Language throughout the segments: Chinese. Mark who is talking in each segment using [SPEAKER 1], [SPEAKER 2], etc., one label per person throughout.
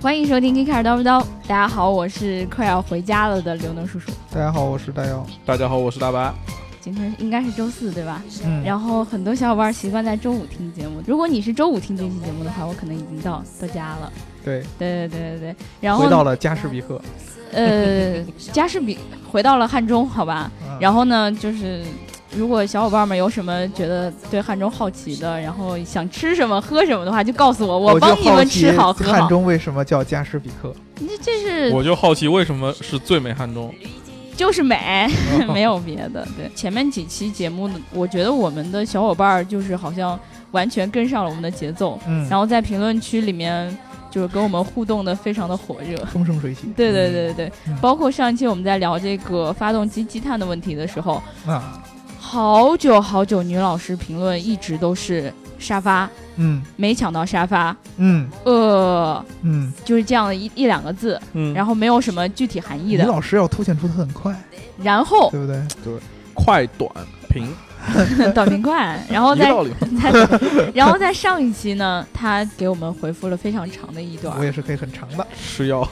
[SPEAKER 1] 欢迎收听《K 开始叨不叨》，大家好，我是快要回家了的刘能叔叔。
[SPEAKER 2] 大家好，我是大姚。
[SPEAKER 3] 大家好，我是大白。
[SPEAKER 1] 今天应该是周四对吧？
[SPEAKER 2] 嗯
[SPEAKER 1] 然后很多小伙伴习惯在周五听节目，如果你是周五听这期节目的话，我可能已经到到家了。
[SPEAKER 2] 对，
[SPEAKER 1] 对对对对对，然
[SPEAKER 2] 回到
[SPEAKER 1] 后
[SPEAKER 2] 了加士比赫。
[SPEAKER 1] 呃，家是比回到了汉中，好吧？
[SPEAKER 2] 嗯
[SPEAKER 1] 然后呢，就是如果小伙伴们有什么觉得对汉中好奇的，然后想吃什么喝什么的话，就告诉我，
[SPEAKER 2] 我就
[SPEAKER 1] 帮你们
[SPEAKER 2] 奇
[SPEAKER 1] 吃好喝
[SPEAKER 2] 汉
[SPEAKER 1] 好。
[SPEAKER 2] 中为什么叫加士比赫？
[SPEAKER 1] 你这这是
[SPEAKER 3] 我就好奇为什么是最美汉中？
[SPEAKER 1] 就是 美，没有别的。对，前面几期节目，我觉得我们的小伙伴儿就是好像完全跟上了我们的节奏，
[SPEAKER 2] 嗯，
[SPEAKER 1] 然后在评论区里面就是跟我们互动的非常的火热。
[SPEAKER 2] 风生水起。
[SPEAKER 1] 对对对对对
[SPEAKER 2] 嗯，
[SPEAKER 1] 包括上一期我们在聊这个发动机积碳的问题的时候，
[SPEAKER 2] 啊，
[SPEAKER 1] 好久好久，女老师评论一直都是沙发
[SPEAKER 2] 嗯
[SPEAKER 1] 没抢到沙发，
[SPEAKER 2] 嗯
[SPEAKER 1] 呃，
[SPEAKER 2] 嗯，
[SPEAKER 1] 就是这样的一一两个字，
[SPEAKER 3] 嗯
[SPEAKER 1] 然后没有什么具体含义
[SPEAKER 2] 李
[SPEAKER 1] 的。
[SPEAKER 2] 老师要凸显出他很快，
[SPEAKER 1] 然 后
[SPEAKER 2] 对不对？
[SPEAKER 3] 快短平，
[SPEAKER 1] 短平快，然后
[SPEAKER 3] 一
[SPEAKER 1] 再
[SPEAKER 3] 个道理。
[SPEAKER 1] 在， 然后在上一期呢，他给我们回复了非常长的一段
[SPEAKER 2] 我
[SPEAKER 1] 儿，
[SPEAKER 2] 也是可以很长的。
[SPEAKER 3] 吃药，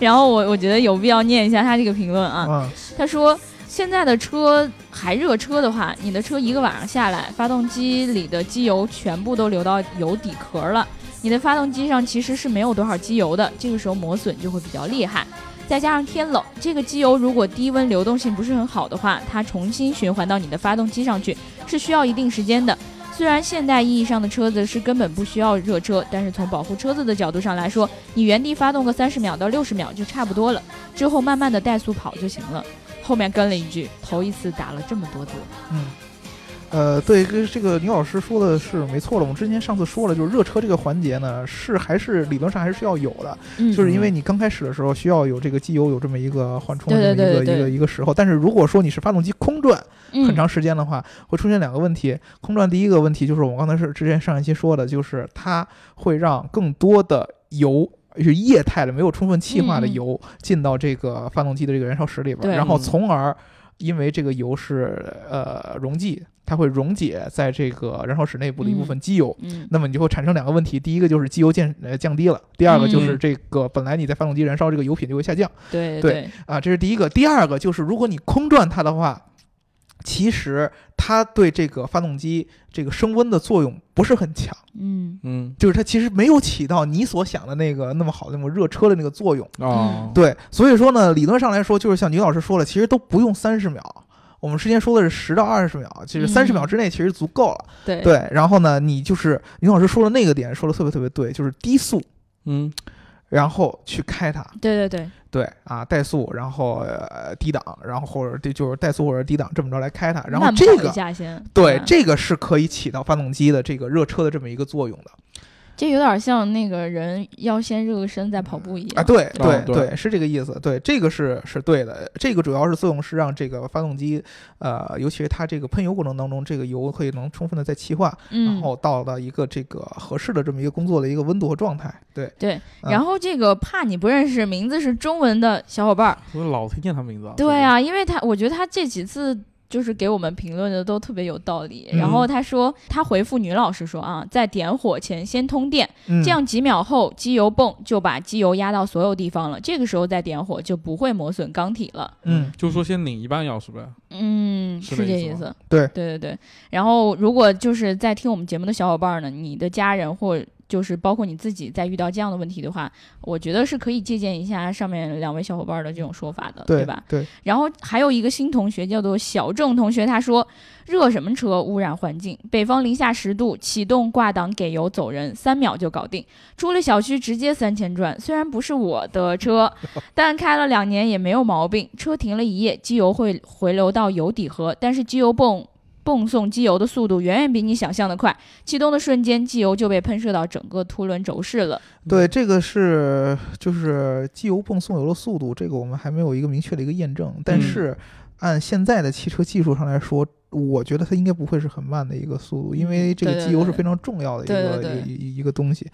[SPEAKER 1] 然后我我觉得有必要念一下他这个评论啊，
[SPEAKER 2] 嗯
[SPEAKER 1] 他说。现在的车还热车的话，你的车一个晚上下来，发动机里的机油全部都流到油底壳了。你的发动机上其实是没有多少机油的，这个时候磨损就会比较厉害。再加上天冷，这个机油如果低温流动性不是很好的话，它重新循环到你的发动机上去是需要一定时间的。虽然现代意义上的车子是根本不需要热车，但是从保护车子的角度上来说，你原地发动个三十秒到六十秒就差不多了，之后慢慢的怠速跑就行了。后面跟了一句：“头一次打了这么多字。
[SPEAKER 2] 嗯。呃，对，跟这个女老师说的是没错了。我们之前上次说了，就是热车这个环节呢，是还是理论上还是要有的，”
[SPEAKER 1] 嗯
[SPEAKER 2] 就是因为你刚开始的时候需要有这个机油有这么一个缓冲
[SPEAKER 1] 对
[SPEAKER 2] 的这么
[SPEAKER 1] 对
[SPEAKER 2] 一个
[SPEAKER 1] 对对
[SPEAKER 2] 一个一个时候。但是如果说你是发动机空转，
[SPEAKER 1] 嗯
[SPEAKER 2] 很长时间的话，会出现两个问题。空转第一个问题就是我们刚才是之前上一期说的，就是它会让更多的油。就是液态的、没有充分气化的
[SPEAKER 1] 嗯嗯
[SPEAKER 2] 油进到这个发动机的这个燃烧室里边
[SPEAKER 1] 对
[SPEAKER 2] 儿，然后
[SPEAKER 3] 嗯
[SPEAKER 2] 从而因为这个油是呃溶剂，它会溶解在这个燃烧室内部的一部分机油，
[SPEAKER 1] 嗯，
[SPEAKER 2] 那么你就会产生两个问题：第一个就是机油降呃降低了，第二个就是
[SPEAKER 3] 嗯
[SPEAKER 2] 这个本来你在发动机燃烧这个油品就会下降。
[SPEAKER 1] 对
[SPEAKER 2] 对啊，这是第一个。第二个就是，如果你空转它的话，其实它对这个发动机这个升温的作用不是很强，
[SPEAKER 1] 嗯
[SPEAKER 3] 嗯
[SPEAKER 2] 就是它其实没有起到你所想的那个那么好的那么热车的那个作用。
[SPEAKER 3] 啊，
[SPEAKER 2] 对，所以说呢，理论上来说，就是像牛老师说了，其实都不用三十秒。我们之前说的是十到二十秒，其实三十
[SPEAKER 1] 嗯
[SPEAKER 2] 秒之内其实足够了。
[SPEAKER 1] 对
[SPEAKER 2] 对，然后呢，你就是牛老师说的那个点说的特别特别对，就是低速，
[SPEAKER 3] 嗯，
[SPEAKER 2] 然后去开它。
[SPEAKER 1] 对对对，
[SPEAKER 2] 对啊，怠速，然后呃低档，然后或者这就是怠速或者低档这么着来开它，然后
[SPEAKER 1] 慢
[SPEAKER 2] 这
[SPEAKER 1] 跑一
[SPEAKER 2] 个
[SPEAKER 1] 下先
[SPEAKER 2] 对
[SPEAKER 1] 嗯
[SPEAKER 2] 这个是可以起到发动机的这个热车的这么一个作用的
[SPEAKER 1] 这有点像那个人要先热个身再跑步一样
[SPEAKER 2] 啊，对对
[SPEAKER 3] 哦对
[SPEAKER 2] 对，是这个意思，对这个是是对的，这个主要是作用是让这个发动机呃，尤其是它这个喷油过程当中，这个油可以能充分的在气化，然
[SPEAKER 1] 嗯，
[SPEAKER 2] 后到了一个这个合适的这么一个工作的一个温度和状态，对，
[SPEAKER 1] 对，
[SPEAKER 2] 嗯
[SPEAKER 1] 然后这个怕你不认识名字是中文的小伙伴
[SPEAKER 2] 啊
[SPEAKER 1] 儿，
[SPEAKER 3] 我老听见他名字啊。
[SPEAKER 1] 对啊，因为他我觉得他这几次。就是给我们评论的都特别有道理，
[SPEAKER 2] 嗯
[SPEAKER 1] 然后他说他回复女老师说啊，在点火前先通电，
[SPEAKER 2] 嗯
[SPEAKER 1] 这样几秒后，机油泵就把机油压到所有地方了。这个时候再点火，就不会磨损钢体了。
[SPEAKER 2] 嗯
[SPEAKER 3] 这个，就说先拧一半钥匙 呗。
[SPEAKER 1] 嗯，
[SPEAKER 3] 是
[SPEAKER 1] 这
[SPEAKER 3] 这
[SPEAKER 1] 意
[SPEAKER 3] 意思
[SPEAKER 1] 思。
[SPEAKER 2] 对
[SPEAKER 1] 对对对。然后，如果就是在听我们节目的小伙伴呢，你的家人或就是包括你自己，在遇到这样的问题的话，我觉得是可以借鉴一下上面两位小伙伴的这种说法的，对
[SPEAKER 2] 对
[SPEAKER 1] 吧？？
[SPEAKER 2] 对，
[SPEAKER 1] 然后还有一个新同学叫做小郑同学，他说热什么车污染环境？北方零下十度，启动挂档给油走人，三秒就搞定。出了小区直接三千转。虽然不是我的车，但开了两年也没有毛病。车停了一夜，机油会回流到油底盒，但是机油泵。泵送机油的速度远远比你想象的快，启动的瞬间，机油就被喷射到整个凸轮轴室了。
[SPEAKER 2] 嗯对，这个是就是机油泵送油的速度，这个我们还没有一个明确的一个验证，但
[SPEAKER 3] 嗯
[SPEAKER 2] 是按现在的汽车技术上来说。我觉得它应该不会是很慢的一个速度，因为这
[SPEAKER 1] 对嗯
[SPEAKER 2] 个
[SPEAKER 1] 对
[SPEAKER 2] 机油是
[SPEAKER 1] 对
[SPEAKER 2] 非常重要的一
[SPEAKER 1] 对
[SPEAKER 2] 个
[SPEAKER 1] 对对
[SPEAKER 2] 一一一个东西，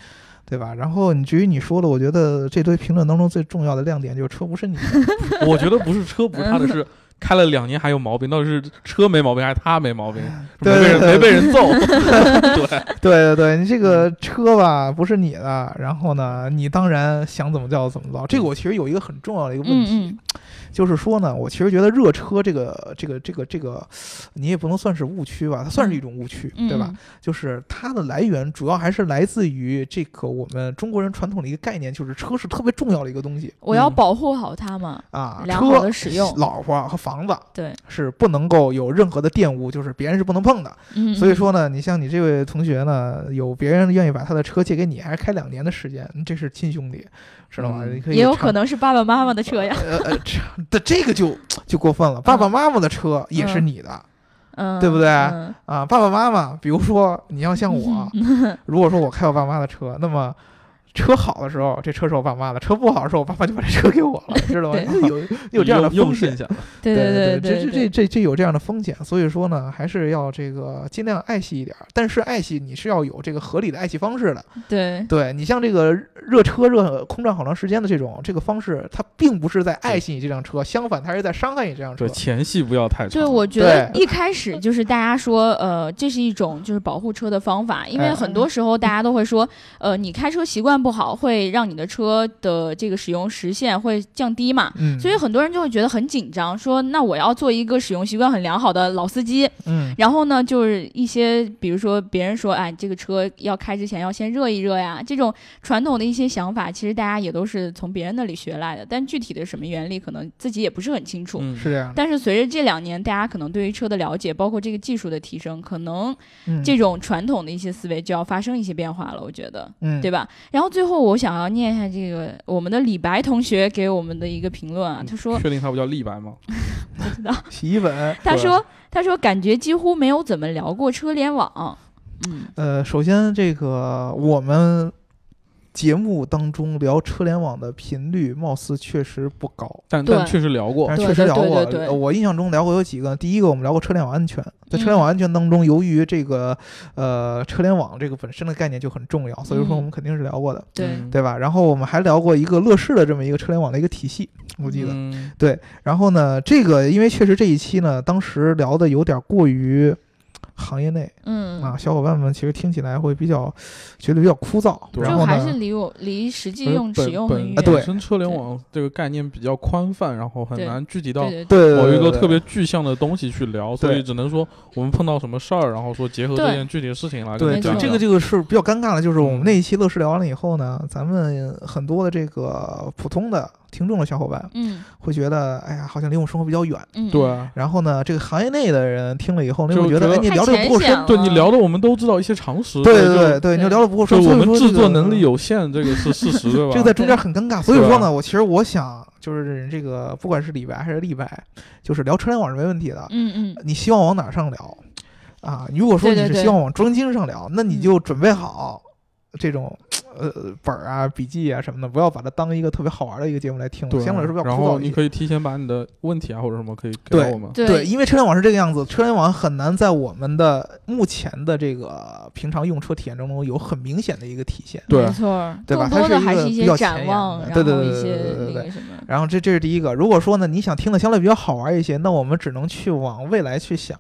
[SPEAKER 2] 对吧？然后你至于你说的，我觉得这堆评论当中最重要的亮点就是车不是你的，
[SPEAKER 3] 我觉得不是车不是他的，是开了两年还有毛病，到底是车没毛病还是他 没毛病？
[SPEAKER 2] 对
[SPEAKER 3] 没被人
[SPEAKER 2] 对
[SPEAKER 3] 没被人揍，对，
[SPEAKER 2] 对对对，你这
[SPEAKER 1] 嗯
[SPEAKER 2] 个车吧不是你的，然后呢，你当然想怎么叫怎么造。这个我其实有一个很重要的一个
[SPEAKER 1] 嗯
[SPEAKER 2] 问题，
[SPEAKER 1] 嗯，
[SPEAKER 2] 就是说呢，我其实觉得热车这个这个这个这个，你也不能算是误区吧，它算是一种误区，
[SPEAKER 1] 嗯
[SPEAKER 2] 对吧？？就是它的来源主要还是来自于这个我们中国人传统的一个概念，就是车是特别重要的一个东西
[SPEAKER 1] 我要
[SPEAKER 3] 嗯
[SPEAKER 1] 保护好它嘛。
[SPEAKER 2] 啊，
[SPEAKER 1] 良好
[SPEAKER 2] 车
[SPEAKER 1] 的、使用，
[SPEAKER 2] 老婆和房子
[SPEAKER 1] 对，
[SPEAKER 2] 是不能够有任何的玷污，就是别人是不能碰的。
[SPEAKER 1] 嗯，
[SPEAKER 2] 所以说呢，你像你这位同学呢，有别人愿意把他的车借给你，还是开两年的时间，嗯这是亲兄弟，知道吗？
[SPEAKER 3] 嗯
[SPEAKER 2] 你可以
[SPEAKER 1] 也有
[SPEAKER 2] 尝
[SPEAKER 1] 可能是爸爸妈妈的车呀，
[SPEAKER 2] 呃呃，这这这个就就过分了。爸爸妈妈的车也是你的、
[SPEAKER 1] 嗯，
[SPEAKER 2] 对不对
[SPEAKER 1] 嗯
[SPEAKER 2] 啊，爸爸妈妈，比如说你要 像我，如果说我开我爸妈的车，那么。车好的时候，这车是我爸妈的；车不好的时候，我爸妈就把这车给我 了，知道吗？
[SPEAKER 1] 对
[SPEAKER 2] 就 有有这样的风
[SPEAKER 3] 又剩
[SPEAKER 2] 险，
[SPEAKER 3] 下
[SPEAKER 1] 对
[SPEAKER 2] 对
[SPEAKER 1] 对对
[SPEAKER 2] 这这这这这有这样的风险，所以说呢，还是要这个尽量爱惜一点儿。但是爱惜你是要有这个合理的爱惜方式的。
[SPEAKER 1] 对，
[SPEAKER 2] 对你像这个热车热空转好长时间的这种这个方式，它并不是在爱惜你这辆车，相反它是在伤害你这辆车
[SPEAKER 3] 对，。前戏不要太长。
[SPEAKER 1] 对，我觉得
[SPEAKER 2] 对
[SPEAKER 1] 一开始就是大家说，呃，这是一种就是保护车的方法，因为
[SPEAKER 2] 哎
[SPEAKER 1] 很多时候大家都会说，呃，你开车习惯不好，会让你的车的这个使用时限会降低嘛。
[SPEAKER 2] 嗯，
[SPEAKER 1] 所以很多人就会觉得很紧张，说那我要做一个使用习惯很良好的老司机。
[SPEAKER 2] 嗯，
[SPEAKER 1] 然后呢，就是一些比如说别人说，哎，这个车要开之前要先热一热呀，这种传统的一些想法，其实大家也都是从别人那里学来的，但具体的什么原理，可能自己也不是很清楚。
[SPEAKER 3] 嗯
[SPEAKER 2] 是这样的。
[SPEAKER 1] 但是随着这两年大家可能对于车的了解，包括这个技术的提升，可能
[SPEAKER 2] 嗯，
[SPEAKER 1] 这种传统的一些思维就要发生一些变化了，我觉得，
[SPEAKER 2] 嗯，
[SPEAKER 1] 对吧？然后最后我想要念一下这个我们的李白同学给我们的一个评
[SPEAKER 2] 嗯
[SPEAKER 1] 论啊，他说
[SPEAKER 3] 确定他不叫立白吗？
[SPEAKER 1] 不知道，
[SPEAKER 2] 洗衣粉。
[SPEAKER 1] 他
[SPEAKER 3] 对
[SPEAKER 1] 说他说感觉几乎没有怎么聊过车联网，嗯
[SPEAKER 2] 呃，首先这个我们节目当中聊车联网的频率，貌似确实不高。
[SPEAKER 3] 但
[SPEAKER 1] 对
[SPEAKER 3] 但确实聊过
[SPEAKER 2] 但，是
[SPEAKER 1] 对
[SPEAKER 2] 确
[SPEAKER 1] 对
[SPEAKER 2] 实聊
[SPEAKER 1] 对
[SPEAKER 2] 过
[SPEAKER 1] 对对
[SPEAKER 2] 呃我印象中聊过有几个。第一个，我们聊过车联网安全，在车联
[SPEAKER 1] 嗯
[SPEAKER 2] 网安全当中，由于这个呃车联网这个本身的概念就很重要，所以说我
[SPEAKER 1] 嗯
[SPEAKER 2] 们肯定是聊过的，
[SPEAKER 1] 对，
[SPEAKER 3] 嗯
[SPEAKER 2] 对吧？然后我们还聊过一个乐视的这么一个车联网的一个体系，我记得。
[SPEAKER 3] 嗯
[SPEAKER 2] 然后呢，这个因为确实这一期呢，当时聊的有点过于行业内
[SPEAKER 1] 嗯，
[SPEAKER 2] 啊，小伙伴们其实听起来会比较觉得比较枯燥，
[SPEAKER 3] 对
[SPEAKER 2] 然
[SPEAKER 1] 就
[SPEAKER 2] 后
[SPEAKER 1] 还是
[SPEAKER 2] 呢，
[SPEAKER 1] 离我离实际
[SPEAKER 3] 本
[SPEAKER 1] 用使
[SPEAKER 3] 本
[SPEAKER 1] 用
[SPEAKER 3] 本
[SPEAKER 1] 很远，
[SPEAKER 2] 啊对
[SPEAKER 1] 对
[SPEAKER 3] 本身车联网这个概念比较宽泛，然后很难具体到
[SPEAKER 1] 对对。
[SPEAKER 2] 对
[SPEAKER 3] 某一
[SPEAKER 2] 对
[SPEAKER 3] 个特。
[SPEAKER 2] 对对
[SPEAKER 3] 别具象的东西去聊，所以
[SPEAKER 2] 对
[SPEAKER 3] 只能说我们碰到什么事儿，然后说结合这
[SPEAKER 1] 对
[SPEAKER 3] 件具体的事情来
[SPEAKER 2] 对
[SPEAKER 3] 跟
[SPEAKER 1] 没
[SPEAKER 3] 你
[SPEAKER 1] 错
[SPEAKER 2] 对，
[SPEAKER 3] 讲
[SPEAKER 2] 这
[SPEAKER 3] 讲
[SPEAKER 2] 个这个是比较尴尬的，就是我们
[SPEAKER 3] 嗯
[SPEAKER 2] 那一期乐视聊完了以后呢，咱们很多的这个普通的听众的小伙伴
[SPEAKER 1] 嗯
[SPEAKER 2] 会觉得，哎呀，好像离我们生活比较远。
[SPEAKER 1] 嗯，
[SPEAKER 3] 对啊
[SPEAKER 2] 然后呢，这个行业内的人听了以后，你
[SPEAKER 3] 就
[SPEAKER 2] 会觉得，
[SPEAKER 3] 觉
[SPEAKER 2] 哎，
[SPEAKER 3] 得
[SPEAKER 2] 你
[SPEAKER 1] 太
[SPEAKER 2] 聊的
[SPEAKER 1] 浅
[SPEAKER 2] 不够
[SPEAKER 1] 显
[SPEAKER 2] 深，
[SPEAKER 1] 了，
[SPEAKER 3] 对你聊的，我们都知道一些常识。
[SPEAKER 2] 对
[SPEAKER 3] 就
[SPEAKER 2] 对对，
[SPEAKER 1] 对
[SPEAKER 2] 你就聊的不够
[SPEAKER 3] 就
[SPEAKER 2] 深，
[SPEAKER 3] 我
[SPEAKER 2] 所以
[SPEAKER 3] 们
[SPEAKER 2] 说
[SPEAKER 3] 制
[SPEAKER 2] 这
[SPEAKER 3] 作
[SPEAKER 2] 个嗯
[SPEAKER 3] 能力有限，这个是事实，对吧？
[SPEAKER 2] 这个在中间很尴尬。所以
[SPEAKER 3] 对
[SPEAKER 2] 说呢，我其实我想，就是这个不管是李白还是立白，就是聊车联网是没问题的。
[SPEAKER 1] 嗯嗯，
[SPEAKER 2] 你希望往哪上聊啊？如果说
[SPEAKER 1] 对
[SPEAKER 2] 你
[SPEAKER 1] 对
[SPEAKER 2] 是
[SPEAKER 1] 对
[SPEAKER 2] 希望往专精上聊，那你
[SPEAKER 1] 嗯
[SPEAKER 2] 就准备好这种呃本儿啊、笔记啊什么的，不要把它当一个特别好玩的一个节目来听。
[SPEAKER 3] 对
[SPEAKER 2] 相对来说比较
[SPEAKER 3] 然
[SPEAKER 2] 枯
[SPEAKER 3] 后
[SPEAKER 2] 燥
[SPEAKER 3] 你
[SPEAKER 2] 一些。
[SPEAKER 3] 可以提前把你的问题啊或者什么可以给到
[SPEAKER 2] 对
[SPEAKER 3] 我们。
[SPEAKER 2] 对，
[SPEAKER 1] 对，
[SPEAKER 2] 因为车联网是这个样子，车联网很难在我们的目前的这个平常用车体验当中有很明显的一个体现。
[SPEAKER 3] 对啊
[SPEAKER 1] 没错儿，
[SPEAKER 2] 对吧
[SPEAKER 1] 更多
[SPEAKER 2] 它
[SPEAKER 1] 的
[SPEAKER 2] 是一
[SPEAKER 1] 还
[SPEAKER 2] 个
[SPEAKER 1] 是一
[SPEAKER 2] 比
[SPEAKER 1] 些
[SPEAKER 2] 较
[SPEAKER 1] 展
[SPEAKER 2] 前
[SPEAKER 1] 望，
[SPEAKER 2] 沿
[SPEAKER 1] 然
[SPEAKER 2] 的对
[SPEAKER 1] 后
[SPEAKER 2] 对
[SPEAKER 1] 一些
[SPEAKER 2] 对对对对
[SPEAKER 1] 那
[SPEAKER 2] 对
[SPEAKER 1] 个什么，
[SPEAKER 2] 然后这这是第一个。如果说呢你想听的相对比较好玩一些，那我们只能去往未来去想。